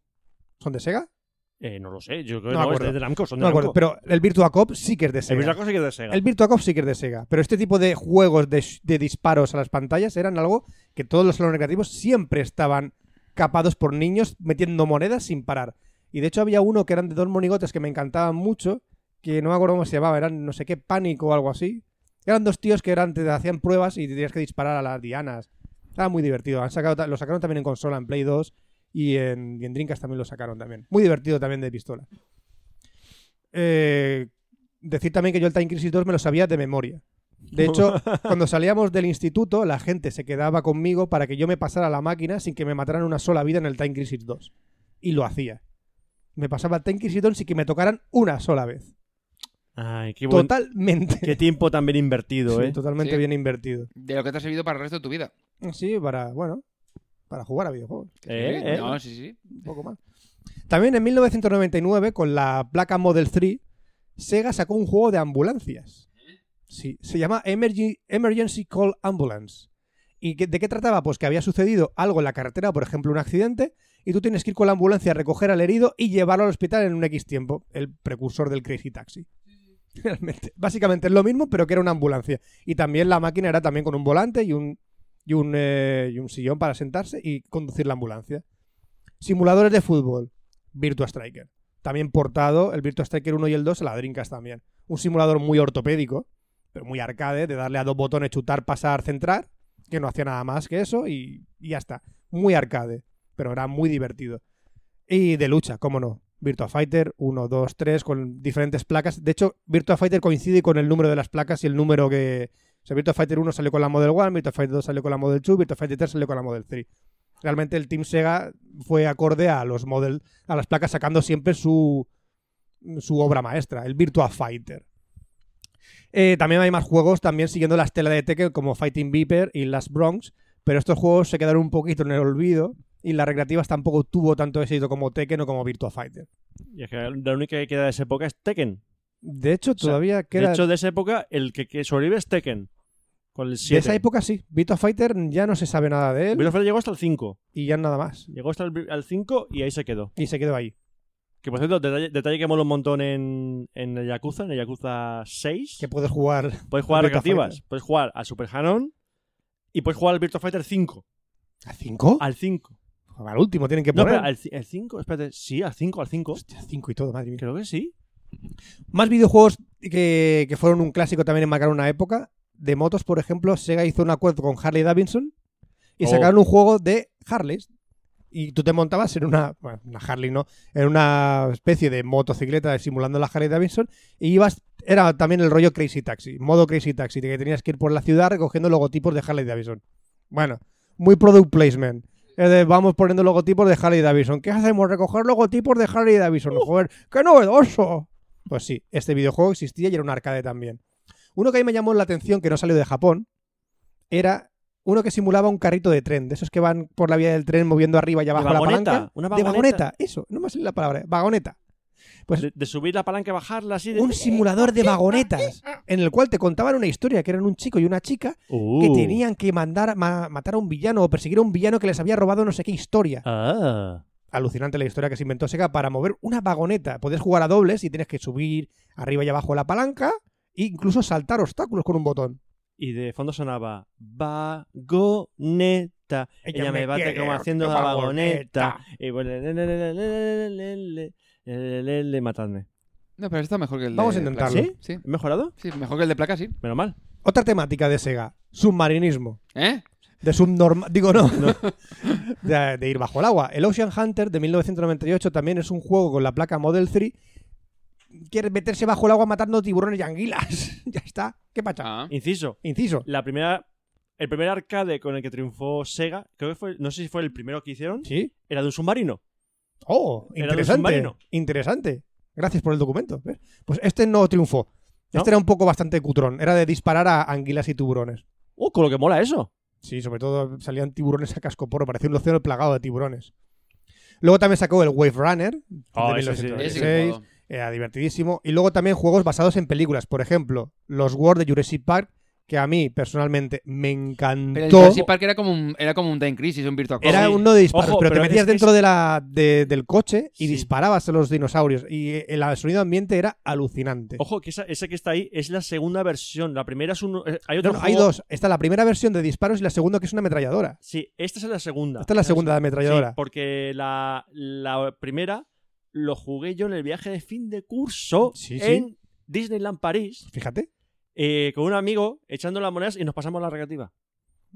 Speaker 3: son de Sega.
Speaker 2: Eh, no lo sé, yo creo
Speaker 3: No me
Speaker 2: que no, es
Speaker 3: acuerdo.
Speaker 2: de Namco, son de
Speaker 3: No me
Speaker 2: Namco.
Speaker 3: acuerdo. Pero el Virtua Cop sí que es de
Speaker 2: El
Speaker 3: Sega.
Speaker 2: Virtua Cop sí que es de Sega.
Speaker 3: El Virtua Cop sí que es de Sega. Pero este tipo de juegos de, sh- de disparos a las pantallas eran algo que todos los salones recreativos siempre estaban capados por niños metiendo monedas sin parar. Y de hecho había uno que eran de dos monigotes que me encantaban mucho, que no me acuerdo cómo se llamaba, eran no sé qué, pánico o algo así. Eran dos tíos que eran, te hacían pruebas y tenías que disparar a las dianas. Estaba muy divertido. Han sacado, ta- lo sacaron también en consola, en Play 2 y en, y en Dreamcast también lo sacaron también. Muy divertido también de pistola. Eh, decir también que yo el Time Crisis 2 me lo sabía de memoria. De hecho, cuando salíamos del instituto, la gente se quedaba conmigo para que yo me pasara la máquina sin que me mataran una sola vida en el Time Crisis 2. Y lo hacía. Me pasaba el Time Crisis 2 sin que me tocaran una sola vez.
Speaker 2: Ay, qué, buen-
Speaker 3: Totalmente.
Speaker 2: qué tiempo tan bien invertido,
Speaker 3: Sí,
Speaker 2: ¿eh?
Speaker 3: totalmente
Speaker 4: Sí.
Speaker 3: bien invertido.
Speaker 4: De lo que te ha servido para el resto de tu vida.
Speaker 3: Sí, para, bueno, para jugar a videojuegos.
Speaker 4: Que
Speaker 2: Eh,
Speaker 4: sí,
Speaker 2: eh.
Speaker 4: No, sí, sí.
Speaker 3: un poco más. También en 1999, con la placa Model 3, Sega sacó un juego de ambulancias. Sí, se llama Emergen- Emergency Call Ambulance. ¿Y qué- de qué trataba? Pues que había sucedido algo en la carretera, por ejemplo, un accidente, y tú tienes que ir con la ambulancia a recoger al herido y llevarlo al hospital en un X tiempo, el precursor del Crazy Taxi. Realmente. Básicamente es lo mismo, pero que era una ambulancia. Y también la máquina era también con un volante y un, y un, eh, y un sillón para sentarse y conducir la ambulancia. Simuladores de fútbol. Virtua Striker. También portado el Virtua Striker 1 y el 2 a la Dreamcast también. Un simulador muy ortopédico, pero muy arcade, de darle a dos botones, chutar, pasar, centrar, que no hacía nada más que eso y, y ya está. Muy arcade, pero era muy divertido. Y de lucha, cómo no. Virtua Fighter 1, 2, 3, con diferentes placas. De hecho, Virtua Fighter coincide con el número de las placas y el número que... O sea, Virtua Fighter 1 salió con la Model 1, Virtua Fighter 2 salió con la Model 2, Virtua Fighter 3 salió con la Model 3 realmente el Team Sega fue acorde a los model, a las placas sacando siempre su, su obra maestra, el Virtua Fighter. Eh, también hay más juegos, también siguiendo la estela de Tekken como Fighting Viper y Last Bronx, pero estos juegos se quedaron un poquito en el olvido y las recreativas tampoco tuvo tanto éxito como Tekken o como Virtua Fighter.
Speaker 2: Y es que la única que queda de esa época es Tekken.
Speaker 3: De hecho,
Speaker 2: sea,
Speaker 3: todavía queda...
Speaker 2: De hecho, de esa época, el que, que sobrevive es Tekken. Con el 7.
Speaker 3: de esa época sí, Virtua Fighter ya no se sabe nada de él
Speaker 2: Virtua Fighter llegó hasta el 5.
Speaker 3: y ya nada más.
Speaker 2: Llegó hasta el al 5 y ahí se quedó.
Speaker 3: Y se quedó ahí.
Speaker 2: Que por cierto, detalle, detalle que mola un montón en, en el Yakuza, en el Yakuza 6.
Speaker 3: Que puedes jugar
Speaker 2: Puedes jugar a
Speaker 3: Virtua
Speaker 2: recreativas,
Speaker 3: Fighter.
Speaker 2: puedes jugar al Super Hanon y puedes jugar al Virtua Fighter 5.
Speaker 3: a 5.
Speaker 2: Al 5.
Speaker 3: Al último tienen que
Speaker 2: No,
Speaker 3: poner.
Speaker 2: pero al 5, espérate, sí, al 5, al 5.
Speaker 3: Hostia, 5 y todo, madre mía.
Speaker 2: Creo que sí.
Speaker 3: Más videojuegos que, que fueron un clásico también en marcar una época. De motos, por ejemplo, Sega hizo un acuerdo con Harley Davidson y
Speaker 2: Oh.
Speaker 3: sacaron un juego de Harleys. Y tú te montabas en una, bueno, una Harley, ¿no? En una especie de motocicleta simulando la Harley Davidson y ibas, era también el rollo Crazy Taxi, modo Crazy Taxi, de que tenías que ir por la ciudad recogiendo logotipos de Harley Davidson. Bueno, muy product placement. Es de, vamos poniendo logotipos de Harley Davidson. ¿Qué hacemos? Recoger logotipos de Harley Davidson. Joder, ¡qué novedoso! Pues sí, este videojuego existía y era un arcade también. Uno que a mí me llamó la atención, que no salió de Japón, era uno que simulaba un carrito de tren, de esos que van por la vía del tren moviendo arriba y abajo la
Speaker 2: vagoneta,
Speaker 3: palanca.
Speaker 2: una
Speaker 3: De
Speaker 2: vagoneta.
Speaker 3: vagoneta, eso, no me sale la palabra, vagoneta. Pues-
Speaker 2: De, de subir la palanca y bajarla así. De...
Speaker 3: Un simulador de vagonetas, en el cual te contaban una historia, que eran un chico y una chica
Speaker 2: Uh.
Speaker 3: que tenían que mandar ma- matar a un villano o perseguir a un villano que les había robado no sé qué historia.
Speaker 2: Ah.
Speaker 3: Alucinante la historia que se inventó Sega para mover una vagoneta. Podías jugar a dobles y tienes que subir arriba y abajo la palanca e incluso saltar obstáculos con un botón.
Speaker 2: Y de fondo sonaba vagoneta. Ella, me bate como haciendo la vagoneta. Y pues, le, le, le, le, le, le, le, le, le, le, matadme.
Speaker 4: No, pero está mejor que el
Speaker 3: Vamos
Speaker 4: de
Speaker 3: a intentarlo.
Speaker 4: placa. Sí,
Speaker 2: ¿He mejorado?
Speaker 4: sí, mejor que el de placa, sí.
Speaker 2: Menos mal.
Speaker 3: Otra temática de Sega, submarinismo.
Speaker 4: ¿Eh?
Speaker 3: De subnormal. Digo, no. De, de ir bajo el agua. El Ocean Hunter de 1998 también es un juego con la placa Model 3. Quiere meterse bajo el agua matando tiburones y anguilas. ya está. ¿Qué pacha?
Speaker 4: Ah.
Speaker 2: Inciso.
Speaker 3: Inciso.
Speaker 2: La primera. El primer arcade con el que triunfó Sega, creo que fue, no sé si fue el primero que hicieron,
Speaker 3: Sí.
Speaker 2: era de un submarino.
Speaker 3: Oh,
Speaker 2: Era de un
Speaker 3: interesante.
Speaker 2: submarino.
Speaker 3: Interesante. Gracias por el documento. ¿Ves? Pues este no triunfó.
Speaker 2: ¿No?
Speaker 3: Este era un poco bastante cutrón. Era de disparar a anguilas y tiburones.
Speaker 2: Uh, con lo que mola eso.
Speaker 3: Sí, sobre todo salían tiburones a cascoporro. Parecía un océano plagado de tiburones. Luego también sacó el Wave Runner
Speaker 2: Ah,
Speaker 3: de
Speaker 2: ese sí,
Speaker 3: 1996.
Speaker 4: Ese que juego.
Speaker 3: Era divertidísimo. Y luego también juegos basados en películas. Por ejemplo, los World de Jurassic Park, que a mí personalmente me
Speaker 4: Pero el
Speaker 3: encantó.
Speaker 4: Jurassic Park era como un, era como un Time Crisis, un Virtua Cop.
Speaker 3: Era
Speaker 2: Sí.
Speaker 3: uno de disparos,
Speaker 2: Ojo,
Speaker 3: pero,
Speaker 2: pero
Speaker 3: te
Speaker 2: es
Speaker 3: metías
Speaker 2: que
Speaker 3: dentro de la, de- del coche
Speaker 2: Sí.
Speaker 3: y disparabas a los dinosaurios. Y eh, el sonido ambiente era alucinante.
Speaker 2: Ojo, que esa, esa que está ahí es la segunda versión. La primera es un. eh, Hay
Speaker 3: No,
Speaker 2: otro
Speaker 3: no,
Speaker 2: juego-
Speaker 3: hay dos. Está la primera versión de disparos y la segunda que es una ametralladora.
Speaker 2: Sí, esta es la segunda.
Speaker 3: Esta es la segunda de
Speaker 2: Ah, Sí,
Speaker 3: ametralladora.
Speaker 2: porque la, la primera lo jugué yo en el viaje de fin de curso
Speaker 3: Sí, sí.
Speaker 2: en Disneyland París
Speaker 3: Fíjate.
Speaker 2: eh, con un amigo echando las monedas y nos pasamos la recreativa.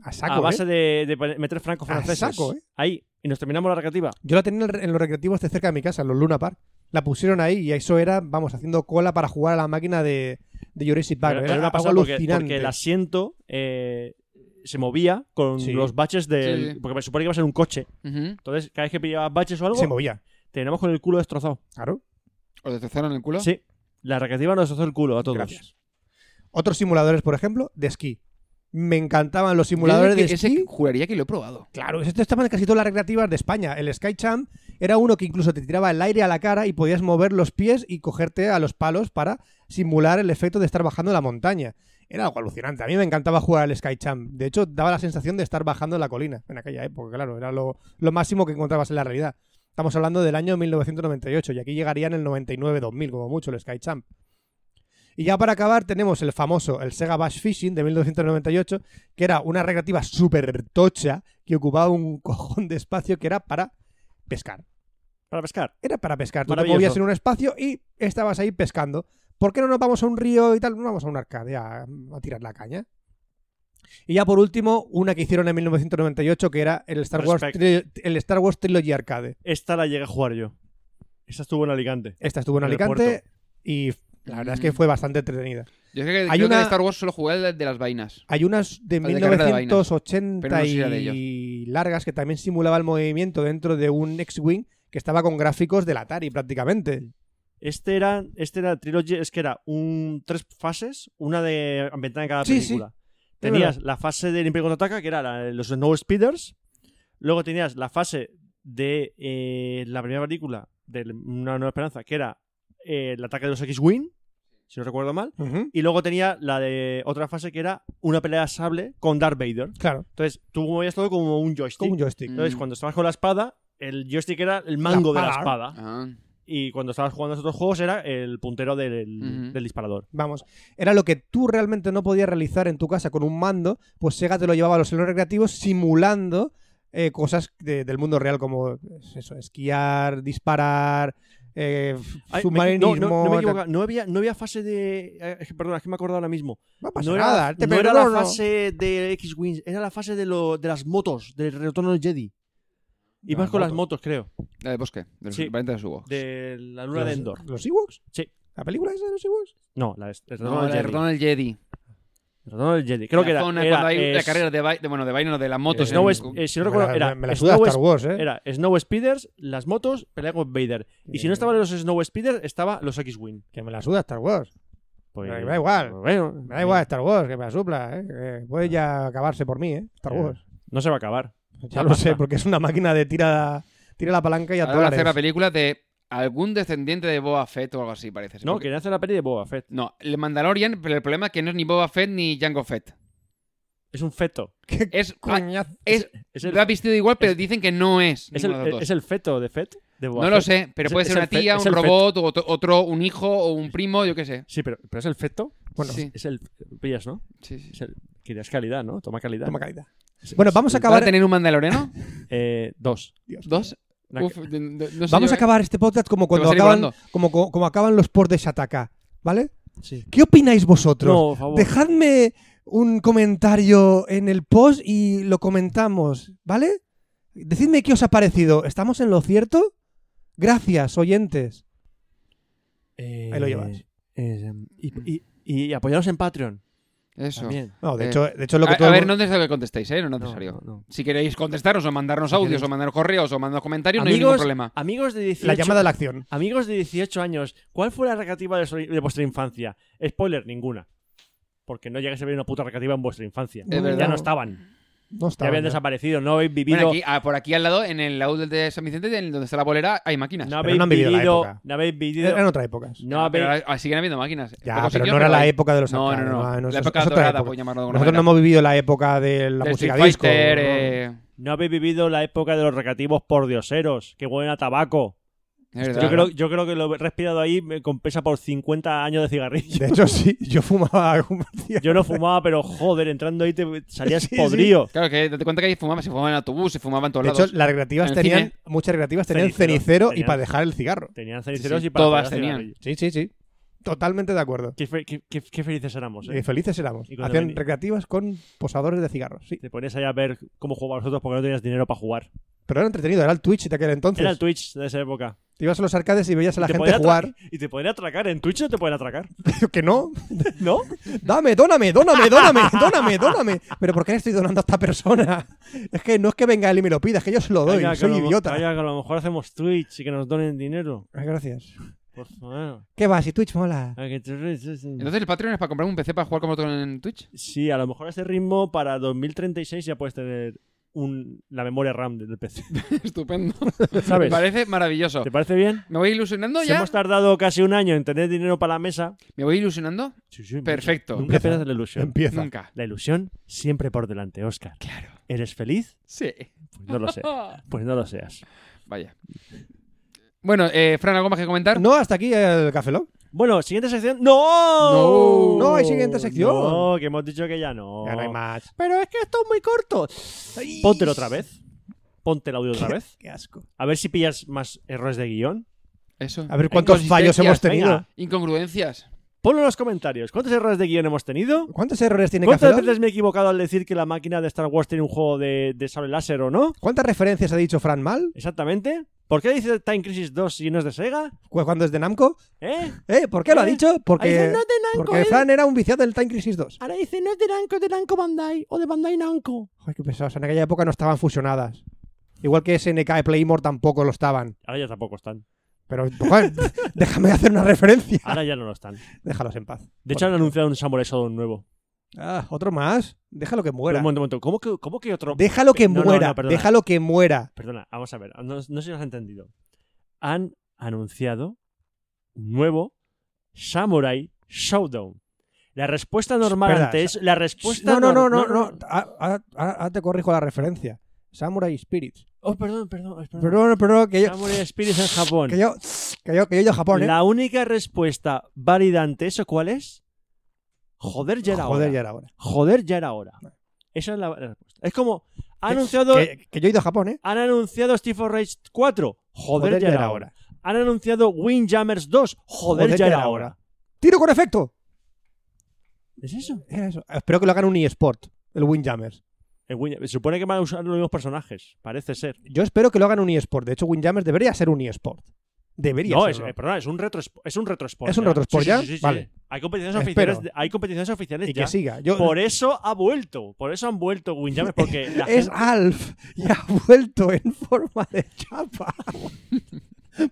Speaker 3: A saco,
Speaker 2: Ah, a base
Speaker 3: ¿eh?
Speaker 2: de, de meter francos
Speaker 3: A
Speaker 2: franceses.
Speaker 3: saco, ¿eh?
Speaker 2: Ahí. Y nos terminamos la recreativa.
Speaker 3: Yo la tenía en el- en los recreativos de cerca de mi casa, en los Luna Park. La pusieron ahí y eso era, vamos, haciendo cola para jugar a la máquina de, de Jurassic Park.
Speaker 2: Pero
Speaker 3: Era,
Speaker 2: una
Speaker 3: algo
Speaker 2: pasada porque,
Speaker 3: alucinante.
Speaker 2: porque el asiento eh, se movía con
Speaker 3: Sí.
Speaker 2: los baches del.
Speaker 4: Sí.
Speaker 2: Porque me supone que iba a ser un coche.
Speaker 4: Ujú.
Speaker 2: Entonces, cada vez que pillabas baches o algo,
Speaker 3: Se movía,
Speaker 2: teníamos con el culo destrozado.
Speaker 3: claro.
Speaker 4: ¿Os destrozaron el culo?
Speaker 2: Sí. La recreativa nos destrozó el culo a todos.
Speaker 3: Gracias. Otros simuladores, por ejemplo, de esquí. Me encantaban los simuladores
Speaker 4: Yo
Speaker 3: de
Speaker 4: creo que ese
Speaker 3: esquí.
Speaker 4: juraría que lo he probado.
Speaker 3: Claro, esto estaban en casi todas las recreativas de España. El Sky Champ era uno que incluso te tiraba el aire a la cara y podías mover los pies y cogerte a los palos para simular el efecto de estar bajando la montaña. Era algo alucinante. A mí me encantaba jugar al Sky Champ. De hecho, daba la sensación de estar bajando la colina en aquella época, claro. Era lo, lo máximo que encontrabas en la realidad. Estamos hablando del año 1998 y aquí llegaría en el 99-2000 como mucho el Sky Champ. Y ya para acabar tenemos el famoso, el Sega Bash Fishing de 1998, que era una recreativa súper tocha que ocupaba un cojón de espacio que era para pescar.
Speaker 2: Para pescar.
Speaker 3: Era para pescar. Tú te
Speaker 2: Maravilloso.
Speaker 3: movías en un espacio y estabas ahí pescando. ¿Por qué no nos vamos a un río y tal? No vamos a un arcade a, a tirar la caña. Y ya por último, una que hicieron en 1998 que era el Star, Wars,
Speaker 2: Respect.
Speaker 3: Tri- el Star Wars Trilogy Arcade.
Speaker 2: Esta la llegué a jugar yo. Esta estuvo en Alicante.
Speaker 3: Esta estuvo en
Speaker 2: En el Mm.
Speaker 3: Alicante
Speaker 2: puerto.
Speaker 3: y la verdad es que fue bastante entretenida.
Speaker 4: Yo creo que,
Speaker 3: Hay
Speaker 4: creo que
Speaker 3: una-
Speaker 4: de Star Wars solo jugué el de las vainas.
Speaker 3: Hay unas de
Speaker 4: Las de carrera de vainas.
Speaker 3: 1980
Speaker 4: Pero no sé si era de
Speaker 3: y largas que también simulaba el movimiento dentro de un X-Wing que estaba con gráficos del Atari prácticamente.
Speaker 2: Este era, este era Trilogy, es que era un tres fases, una de ambientada en cada
Speaker 3: Sí,
Speaker 2: película. Tenías la fase del Imperio Contraataca, que era la de los Snow Speeders. Luego tenías la fase de eh, la primera película de Una Nueva Esperanza, que era eh, el ataque de los X-Wing, si no recuerdo mal.
Speaker 3: Ujú,
Speaker 2: Y luego tenía la de otra fase que era una pelea de sable con Darth Vader.
Speaker 3: Claro,
Speaker 2: Entonces, tú movías todo como un joystick.
Speaker 3: con un joystick.
Speaker 2: Entonces,
Speaker 4: Mm.
Speaker 2: cuando estabas con la espada, el joystick era el mango de la
Speaker 3: pala.
Speaker 2: espada.
Speaker 4: Ah.
Speaker 2: Y cuando estabas jugando a esos otros juegos era el puntero del,
Speaker 4: Ujú.
Speaker 2: del disparador.
Speaker 3: Vamos, era lo que tú realmente no podías realizar en tu casa con un mando, pues Sega te lo llevaba a los salones recreativos simulando eh, cosas de- del mundo real como pues, eso, esquiar, disparar, eh, f-
Speaker 2: Ay, me-
Speaker 3: submarinismo.
Speaker 2: no, no, no me he
Speaker 3: tal.
Speaker 2: equivocado. No había, no había fase de. eh, es que, Perdona, es que me he acordado ahora mismo.
Speaker 3: No pasa
Speaker 2: no
Speaker 3: nada,
Speaker 2: era,
Speaker 3: te
Speaker 2: no era la
Speaker 3: perdono.
Speaker 2: fase de X-Wings, era la fase de, lo, de las motos, del retorno del Jedi. Y
Speaker 3: Las
Speaker 2: más con las motos,
Speaker 3: motos.
Speaker 2: creo.
Speaker 4: La del bosque, de los
Speaker 2: Sí.
Speaker 4: valientes de su voz.
Speaker 2: De la luna de
Speaker 3: ¿Los-
Speaker 2: Endor.
Speaker 3: ¿Los Ewoks?
Speaker 2: Sí.
Speaker 3: ¿La película esa de los Ewoks?
Speaker 2: No, la de, el retorno,
Speaker 4: No,
Speaker 2: del
Speaker 4: la de
Speaker 2: Jedi.
Speaker 4: Retorno del Jedi.
Speaker 2: El retorno del Jedi. Creo
Speaker 4: La
Speaker 2: que era.
Speaker 4: zona
Speaker 2: era,
Speaker 4: cuando hay
Speaker 2: eh,
Speaker 4: la carrera de, vai- de- bueno, de vainas, no, de las motos.
Speaker 2: Snow
Speaker 4: en-
Speaker 2: es- eh, si no
Speaker 3: Me
Speaker 2: recuerdo,
Speaker 3: la-
Speaker 2: era
Speaker 3: me la
Speaker 2: Snow
Speaker 3: suda
Speaker 2: es-
Speaker 3: Star Wars, ¿eh?
Speaker 2: Era Snow Speeders, las motos, pelea con Vader. Y
Speaker 3: Eh.
Speaker 2: si no estaban los Snow Speeders, estaba los X-Wing.
Speaker 3: Que me la suda Star Wars.
Speaker 2: Pues,
Speaker 3: Me da igual.
Speaker 2: pues bueno,
Speaker 3: Me da igual Star Wars, que me la supla, ¿eh? Que puede ya acabarse por mí, ¿eh? Star
Speaker 2: Ah. Ya.
Speaker 3: Wars.
Speaker 2: No se va a acabar.
Speaker 3: Ya lo sé, porque es una máquina de tira, tira la palanca y a
Speaker 4: Ahora van a
Speaker 3: dólares.
Speaker 4: hacer la película de algún descendiente de Boba Fett o algo así, parece.
Speaker 2: No,
Speaker 4: Porque-
Speaker 2: querían hacer la peli de Boba Fett.
Speaker 4: No, el Mandalorian, pero el problema es que no es ni Boba Fett ni Jango Fett.
Speaker 2: Es un feto.
Speaker 3: ¿Qué
Speaker 4: Es, ah,
Speaker 3: coñazo?
Speaker 4: es,
Speaker 2: Es el,
Speaker 4: lo ha vestido igual, pero
Speaker 2: es-
Speaker 4: dicen que no es.
Speaker 2: es
Speaker 4: ninguno de
Speaker 2: el,
Speaker 4: los dos.
Speaker 2: es el feto de Fett. de Boba
Speaker 4: no lo
Speaker 2: Fett.
Speaker 4: sé, pero
Speaker 2: Es-
Speaker 4: puede
Speaker 2: es
Speaker 4: ser
Speaker 2: el
Speaker 4: una
Speaker 2: Fett,
Speaker 4: tía,
Speaker 2: es
Speaker 4: un
Speaker 2: el Fett.
Speaker 4: robot, o otro, otro, un hijo o un primo, yo qué sé.
Speaker 2: Sí, pero, pero es el feto.
Speaker 3: Bueno,
Speaker 4: sí,
Speaker 2: Es el. Pillas, ¿no?
Speaker 4: sí, sí.
Speaker 2: Es el- querías calidad, ¿no? Toma calidad.
Speaker 3: toma caída. Bueno, vamos a
Speaker 4: ¿Van a
Speaker 3: acabar.
Speaker 4: tener un mandaloriano?
Speaker 2: Eh, dos.
Speaker 3: Dios.
Speaker 4: ¿Dos?
Speaker 2: Una-
Speaker 4: Uf, de- de- no sé
Speaker 3: Vamos a
Speaker 4: yo, ¿eh?
Speaker 3: acabar este podcast como cuando
Speaker 4: vas a ir
Speaker 3: acaban,
Speaker 4: volando.
Speaker 3: como, co- como acaban los posts de Shataka, ¿vale?
Speaker 2: sí.
Speaker 3: ¿Qué opináis vosotros?
Speaker 2: No, por favor.
Speaker 3: Dejadme un comentario en el post y lo comentamos, ¿vale? Decidme qué os ha parecido. ¿Estamos en lo cierto? Gracias, oyentes.
Speaker 2: Eh,
Speaker 3: Ahí lo llevas.
Speaker 2: eh, y, y, y apoyaros en Patreon.
Speaker 4: Eso.
Speaker 2: También.
Speaker 3: No, de,
Speaker 4: Eh,
Speaker 3: hecho, de hecho lo que
Speaker 4: a,
Speaker 3: todo
Speaker 4: a
Speaker 3: el
Speaker 4: ver,
Speaker 3: mundo-
Speaker 4: no es necesario que contestéis, ¿eh? No es
Speaker 2: No,
Speaker 4: necesario.
Speaker 2: no, no.
Speaker 4: Si queréis contestarnos o mandarnos
Speaker 2: Si
Speaker 4: audios
Speaker 2: queréis-
Speaker 4: o mandarnos correos o mandarnos comentarios, no hay ningún
Speaker 2: Amigos-
Speaker 4: problema.
Speaker 2: Amigos de 18.
Speaker 3: la llamada a la acción.
Speaker 2: Amigos de 18 años, ¿cuál fue la recreativa de, su- de vuestra infancia? Spoiler, ninguna. Porque no llegáis a ver una puta recreativa en vuestra infancia.
Speaker 4: Es
Speaker 2: Ya
Speaker 4: verdad.
Speaker 2: no estaban.
Speaker 3: No
Speaker 2: Ya
Speaker 3: estaba.
Speaker 2: habían
Speaker 3: ya.
Speaker 2: desaparecido, no habéis
Speaker 4: Bueno,
Speaker 2: vivido,
Speaker 4: aquí, ah, por aquí al lado, en el laúd de San Vicente, en donde está la bolera, hay máquinas.
Speaker 2: no
Speaker 4: No,
Speaker 2: habéis
Speaker 3: no han vivido la
Speaker 2: vivido,
Speaker 3: época.
Speaker 2: no habéis vivido,
Speaker 4: Eh,
Speaker 3: Eran otras épocas.
Speaker 2: no habéis-
Speaker 4: pero ah, siguen habiendo máquinas. En
Speaker 3: Ya,
Speaker 4: pocos
Speaker 3: pero
Speaker 4: sitios,
Speaker 3: no era la
Speaker 4: hay-
Speaker 3: época de los
Speaker 4: No, no,
Speaker 3: arcades,
Speaker 4: no.
Speaker 3: no,
Speaker 4: La
Speaker 3: es-
Speaker 4: época
Speaker 3: es otra
Speaker 4: dorada,
Speaker 3: época.
Speaker 4: por llamarlo de alguna
Speaker 3: Nosotros no
Speaker 4: manera.
Speaker 3: hemos vivido la época de la
Speaker 4: Del
Speaker 3: música
Speaker 4: Street
Speaker 3: disco.
Speaker 4: Fighter,
Speaker 3: ¿no?
Speaker 4: eh,
Speaker 2: no habéis vivido la época de los recativos pordioseros que huelen a tabaco.
Speaker 4: es verdad.
Speaker 2: Yo creo, yo creo que lo he respirado ahí me compensa por 50 años de cigarrillo.
Speaker 3: De hecho, sí, yo fumaba algún día.
Speaker 2: Yo no fumaba, pero joder, entrando ahí te salías
Speaker 3: Sí, sí.
Speaker 2: podrido.
Speaker 4: Claro, que date cuenta que ahí fumaban, se fumaban en autobús, se fumaban en todos
Speaker 3: De hecho,
Speaker 4: lados.
Speaker 3: las recreativas
Speaker 4: En el
Speaker 3: tenían,
Speaker 4: cine.
Speaker 3: muchas recreativas tenían
Speaker 2: Cenicero,
Speaker 3: cenicero, y
Speaker 2: tenían.
Speaker 3: para dejar el cigarro.
Speaker 2: Tenían ceniceros
Speaker 4: Sí, sí,
Speaker 2: y para
Speaker 4: todas
Speaker 2: pegar
Speaker 4: tenían.
Speaker 2: cigarrillo.
Speaker 3: Sí, sí, sí. Totalmente de acuerdo.
Speaker 2: Qué, fe- qué- qué- qué felices éramos.
Speaker 3: Y
Speaker 2: ¿eh?
Speaker 3: felices éramos.
Speaker 2: Y cuando
Speaker 3: Hacían
Speaker 2: venía-
Speaker 3: recreativas con posadores de cigarros, sí.
Speaker 2: Te ponías ahí a ver cómo jugabas vosotros porque no tenías dinero para jugar.
Speaker 3: Pero era entretenido, era el Twitch de aquel entonces.
Speaker 2: Era el Twitch de esa época.
Speaker 3: Te ibas a los arcades y veías a la
Speaker 2: Te
Speaker 3: gente
Speaker 2: podían atra-
Speaker 3: jugar.
Speaker 2: Y te podían atracar. En Twitch no te pueden atracar.
Speaker 3: que no.
Speaker 2: ¿No?
Speaker 3: Dame, dóname, dóname, dóname, dóname, dóname. Pero ¿por qué le estoy donando a esta persona? Es que no es que venga él y me lo pida, es que yo se lo doy.
Speaker 2: Oiga, que a
Speaker 3: soy
Speaker 2: lo mo-
Speaker 3: idiota.
Speaker 2: oiga, que a lo mejor hacemos Twitch y que nos donen dinero.
Speaker 3: Ay, gracias.
Speaker 2: Por favor.
Speaker 3: ¿Qué va? Si Twitch mola.
Speaker 2: A que te-
Speaker 4: Entonces, el Patreon es para comprar un PC para jugar como tú en Twitch.
Speaker 2: Sí, a lo mejor a ese ritmo para 2036 ya puedes tener un, la memoria RAM del PC.
Speaker 4: Estupendo. Me
Speaker 2: ¿Sabes?
Speaker 4: parece maravilloso.
Speaker 2: ¿Te parece bien?
Speaker 4: Me voy ilusionando
Speaker 2: Si
Speaker 4: ya.
Speaker 2: Hemos tardado casi un año en tener dinero para la mesa.
Speaker 4: Me voy ilusionando.
Speaker 2: Sí, sí,
Speaker 4: Perfecto.
Speaker 2: Nunca
Speaker 3: Empieza.
Speaker 2: pierdas la ilusión.
Speaker 3: Empieza.
Speaker 4: Nunca.
Speaker 2: La ilusión siempre por delante, Oscar.
Speaker 4: Claro.
Speaker 2: ¿Eres feliz?
Speaker 4: Sí.
Speaker 2: Pues no lo sé. Pues no lo seas.
Speaker 4: Vaya. Bueno, eh, Fran, ¿algo más que comentar?
Speaker 3: No, hasta aquí el Café Lock.
Speaker 2: Bueno, siguiente sección. ¡No!
Speaker 4: No. No
Speaker 3: hay siguiente sección.
Speaker 2: No, que hemos dicho que ya no.
Speaker 3: Ya no hay más. Pero es que esto es muy corto. Ay.
Speaker 2: Póntelo otra vez. Ponte el audio otra vez.
Speaker 3: Qué asco.
Speaker 2: A ver si pillas más errores de guión.
Speaker 4: Eso.
Speaker 3: A ver cuántos fallos hemos
Speaker 4: Inconsistencias,
Speaker 3: tenido.
Speaker 2: venga.
Speaker 4: Incongruencias.
Speaker 2: Ponlo en los comentarios. ¿Cuántos errores de guión hemos tenido?
Speaker 3: ¿Cuántos errores tiene Café
Speaker 2: ¿Cuántas
Speaker 3: Lock?
Speaker 2: veces me he equivocado al decir que la máquina de Star Wars tiene un juego de, de sable láser o no?
Speaker 3: ¿Cuántas referencias ha dicho Fran mal?
Speaker 2: Exactamente. ¿Por qué dice Time Crisis 2 si no es de Sega?
Speaker 3: Cu- Cuando es de Namco.
Speaker 2: ¿Eh?
Speaker 3: ¿Eh? ¿Por qué lo ha
Speaker 2: ¿Eh?
Speaker 3: dicho?
Speaker 2: Ahí dice, no
Speaker 3: Porque,
Speaker 2: es de Namco, eh".
Speaker 3: porque
Speaker 2: es de-
Speaker 3: Fran era un viciado del Time Crisis 2.
Speaker 2: Ahora dice, no es de Namco, es de Namco Bandai o de Bandai Namco.
Speaker 3: Ay, qué pesados. En aquella época no estaban fusionadas. Igual que SNK y Playmore tampoco lo estaban.
Speaker 2: Ahora ya tampoco están.
Speaker 3: Pero, joder, déjame hacer una referencia.
Speaker 2: Ahora ya no lo están.
Speaker 3: Déjalos en paz.
Speaker 2: De hecho, han anunciado un Samurai Shodown nuevo.
Speaker 3: Ah, otro más. Déjalo que
Speaker 2: Pero
Speaker 3: muera.
Speaker 2: un momento, un momento. ¿Cómo que, cómo que otro?
Speaker 3: Déjalo que
Speaker 2: No, no,
Speaker 3: muera.
Speaker 2: no, perdona.
Speaker 3: Déjalo que muera.
Speaker 2: Perdona, vamos a ver. No, no sé si lo has entendido. Han anunciado un nuevo Samurai Showdown. La respuesta normal
Speaker 3: Espera,
Speaker 2: ante eso- La respuesta
Speaker 3: No, no, no,
Speaker 2: nor-
Speaker 3: no, no. Ah, ah, ah, ah, te corrijo la referencia. Samurai Spirits.
Speaker 2: Oh, perdón, perdón. perdón.
Speaker 3: Perdón, perdón, que yo.
Speaker 2: Samurai Spirits en Japón.
Speaker 3: Que yo. Que yo, que yo he ido a Japón, ¿eh?
Speaker 2: La única respuesta válida ante eso, ¿cuál es? Joder, ya era
Speaker 3: Joder,
Speaker 2: hora.
Speaker 3: ya era hora.
Speaker 2: Joder, ya era hora. Esa es la la respuesta. Es como, ha anunciado,
Speaker 3: Que, que yo he ido a Japón, ¿eh?
Speaker 2: han anunciado Steve for Rage 4. Joder, ya, era hora. Han anunciado Windjammers 2. Joder, ya era hora.
Speaker 3: ¡Tiro con efecto!
Speaker 2: ¿Es eso?
Speaker 3: Era eso. Espero que lo hagan un eSport, el Windjammers.
Speaker 2: El Wind- Se supone que van a usar los mismos personajes, parece ser.
Speaker 3: Yo espero que lo hagan un eSport. De hecho, Windjammers debería ser un eSport. Debería
Speaker 2: No,
Speaker 3: ser.
Speaker 2: es, eh, perdona, es un retro es un retro
Speaker 3: ¿Es un retrosport ya? Vale.
Speaker 2: Hay competiciones
Speaker 3: Espero.
Speaker 2: oficiales, de- hay competiciones oficiales
Speaker 3: y
Speaker 2: ya.
Speaker 3: que siga. Yo,
Speaker 2: Por eso ha vuelto, por eso han vuelto Windjammers porque la
Speaker 3: es
Speaker 2: gente-
Speaker 3: Alf y ha vuelto en forma de chapa.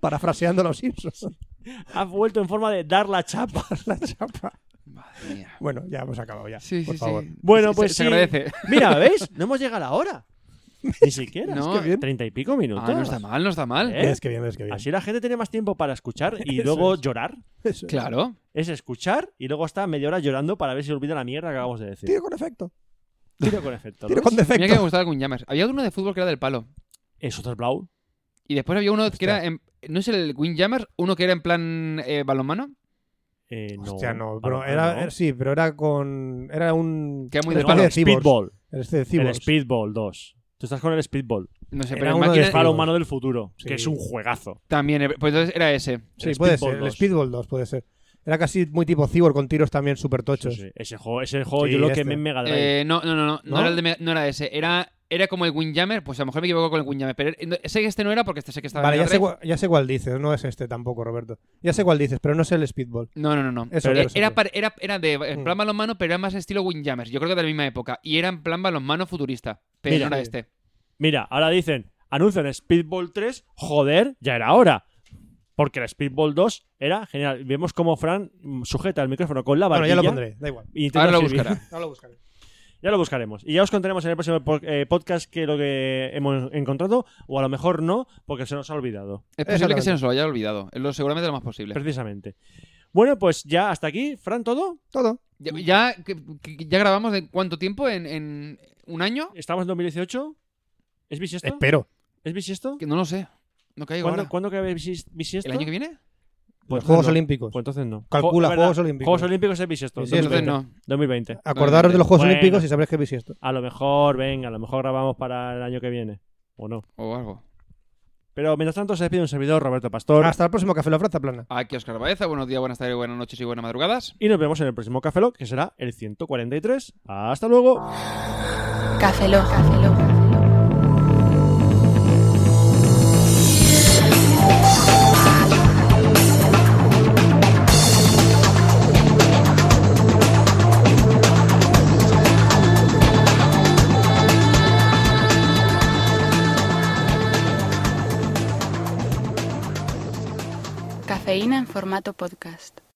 Speaker 3: Parafraseando a los Simpsons.
Speaker 2: ha vuelto en forma de dar la chapa.
Speaker 3: La chapa.
Speaker 4: Madre mía.
Speaker 3: Bueno, ya hemos acabado ya.
Speaker 4: Sí,
Speaker 3: por
Speaker 4: sí,
Speaker 3: favor.
Speaker 4: sí.
Speaker 2: Bueno,
Speaker 4: Se-
Speaker 2: pues
Speaker 4: se, se
Speaker 2: sí.
Speaker 4: agradece.
Speaker 2: Mira, ¿veis? No hemos llegado a la hora. Ni siquiera.
Speaker 4: No.
Speaker 3: Es que bien.
Speaker 2: Treinta y pico minutos.
Speaker 4: Ah, no está mal, no está mal.
Speaker 2: ¿Eh?
Speaker 3: Es que bien, es que bien.
Speaker 2: Así la gente tiene más tiempo para escuchar y
Speaker 3: Eso
Speaker 2: luego
Speaker 3: es.
Speaker 2: llorar.
Speaker 3: Eso es.
Speaker 4: Claro.
Speaker 2: Es escuchar y luego está media hora llorando para ver si olvida la mierda que acabamos de decir.
Speaker 3: Tiro con efecto.
Speaker 2: Tiro con efecto.
Speaker 3: Tiro
Speaker 2: ¿no?
Speaker 3: con
Speaker 4: Mira que me
Speaker 3: defecto.
Speaker 4: gustaba algún Jammers. Había uno de fútbol que era del palo.
Speaker 2: Es otro Blau.
Speaker 4: Y después había uno que era. en- ¿No es el Windjammer? Uno que era en plan eh, balonmano.
Speaker 2: Eh, no,
Speaker 3: Hostia, Ah, no.
Speaker 2: para
Speaker 3: Pero
Speaker 2: nada,
Speaker 3: era,
Speaker 2: no.
Speaker 3: era- sí, pero era con. Era un.
Speaker 4: Que era muy
Speaker 2: No,
Speaker 4: de palo.
Speaker 2: el
Speaker 3: de Cyborgs.
Speaker 2: Speedball.
Speaker 3: Este de
Speaker 2: El
Speaker 3: Cyborgs.
Speaker 2: Speedball 2. Tú estás con el Speedball.
Speaker 4: No sé,
Speaker 3: Era
Speaker 4: pero en
Speaker 3: uno de
Speaker 4: máquina-
Speaker 3: palo.
Speaker 2: Para humano del futuro.
Speaker 3: Sí.
Speaker 2: Que es un juegazo.
Speaker 4: También. eh, Pues entonces era ese.
Speaker 3: Sí,
Speaker 2: El
Speaker 3: puede
Speaker 2: Speedball
Speaker 3: ser. El
Speaker 2: 2.
Speaker 3: Speedball 2 puede ser. Era casi muy tipo Cyborg con tiros también súper tochos.
Speaker 2: Sí, sí. Ese juego, ese juego
Speaker 3: Sí,
Speaker 2: yo lo
Speaker 3: este.
Speaker 2: quemé en Mega Drive.
Speaker 4: Eh, no, no, no, no, no
Speaker 3: ¿No?
Speaker 4: era el de Mega- no era ese. Era, era como el Windjammer. Pues a lo mejor me equivoco con el Windjammer. Pero eh, no- sé que este no era porque este sé que estaba
Speaker 3: Vale,
Speaker 4: en
Speaker 3: ya
Speaker 4: Mega
Speaker 3: sé,
Speaker 4: Drive.
Speaker 3: cua- ya sé cuál dices. No es este tampoco, Roberto. Ya sé cuál dices, pero no es el Speedball.
Speaker 4: No, no, no, no.
Speaker 3: Eso,
Speaker 4: Eh,
Speaker 3: eso,
Speaker 4: era,
Speaker 3: eso.
Speaker 4: pare- era, era de en
Speaker 3: Mm.
Speaker 4: plan balonmano, pero era más estilo Windjammer. Yo creo que de la misma época. Y era en plan balonmano futurista. Pero
Speaker 2: Mira.
Speaker 4: no era
Speaker 3: Sí.
Speaker 4: este.
Speaker 2: Mira, ahora dicen, anuncian Speedball 3. Joder, ya era hora. Porque el Speedball 2 era genial. Vemos cómo Fran mm, sujeta el micrófono con la
Speaker 3: Bueno,
Speaker 2: barbilla.
Speaker 3: ya lo pondré, da igual.
Speaker 2: y intenta
Speaker 4: Ahora lo
Speaker 2: escribir.
Speaker 4: buscará.
Speaker 3: No lo buscaré.
Speaker 2: Ya lo buscaremos. Y ya os contaremos en el próximo po- eh, podcast que lo que hemos encontrado, o a lo mejor no, porque se nos ha olvidado.
Speaker 4: Es posible que
Speaker 3: Exactamente.
Speaker 4: se nos lo haya olvidado. Es lo, seguramente lo más posible.
Speaker 2: Precisamente. Bueno, pues ya hasta aquí, Fran, todo.
Speaker 3: Todo.
Speaker 4: Ya, ya, que- que- ya grabamos de cuánto tiempo? ¿En, en un año?
Speaker 2: Estamos en 2018. ¿Es bisiesto?
Speaker 3: Espero.
Speaker 2: ¿Es bisiesto?
Speaker 4: Que no lo sé. No caigo
Speaker 2: ¿Cuándo,
Speaker 4: ahora.
Speaker 2: ¿cuándo cae bis- bisiesto?
Speaker 4: ¿El año que viene?
Speaker 2: Pues
Speaker 3: Los Juegos
Speaker 2: no.
Speaker 3: Olímpicos.
Speaker 2: Pues entonces no.
Speaker 3: Calcula,
Speaker 2: Jo- es
Speaker 3: Juegos
Speaker 2: verdad,
Speaker 3: Olímpicos.
Speaker 2: Juegos Olímpicos es bisiesto.
Speaker 3: Bisiesto.
Speaker 4: Entonces
Speaker 2: 2020. 2020.
Speaker 4: no.
Speaker 3: Acordaros de los Juegos
Speaker 2: Bueno.
Speaker 3: Olímpicos y sabréis que es esto.
Speaker 2: A lo mejor, venga, a lo mejor grabamos para el año que viene. O no.
Speaker 4: O algo.
Speaker 2: Pero mientras tanto se despide un servidor, Roberto Pastor.
Speaker 3: Hasta el próximo Café La Franza Plana.
Speaker 4: Aquí Oscar Baeza. Buenos días, buenas tardes, buenas noches y buenas madrugadas.
Speaker 2: Y nos vemos en el próximo Café Lock, que será el 143. Hasta luego.
Speaker 1: Café Lock. Cafeína en formato podcast.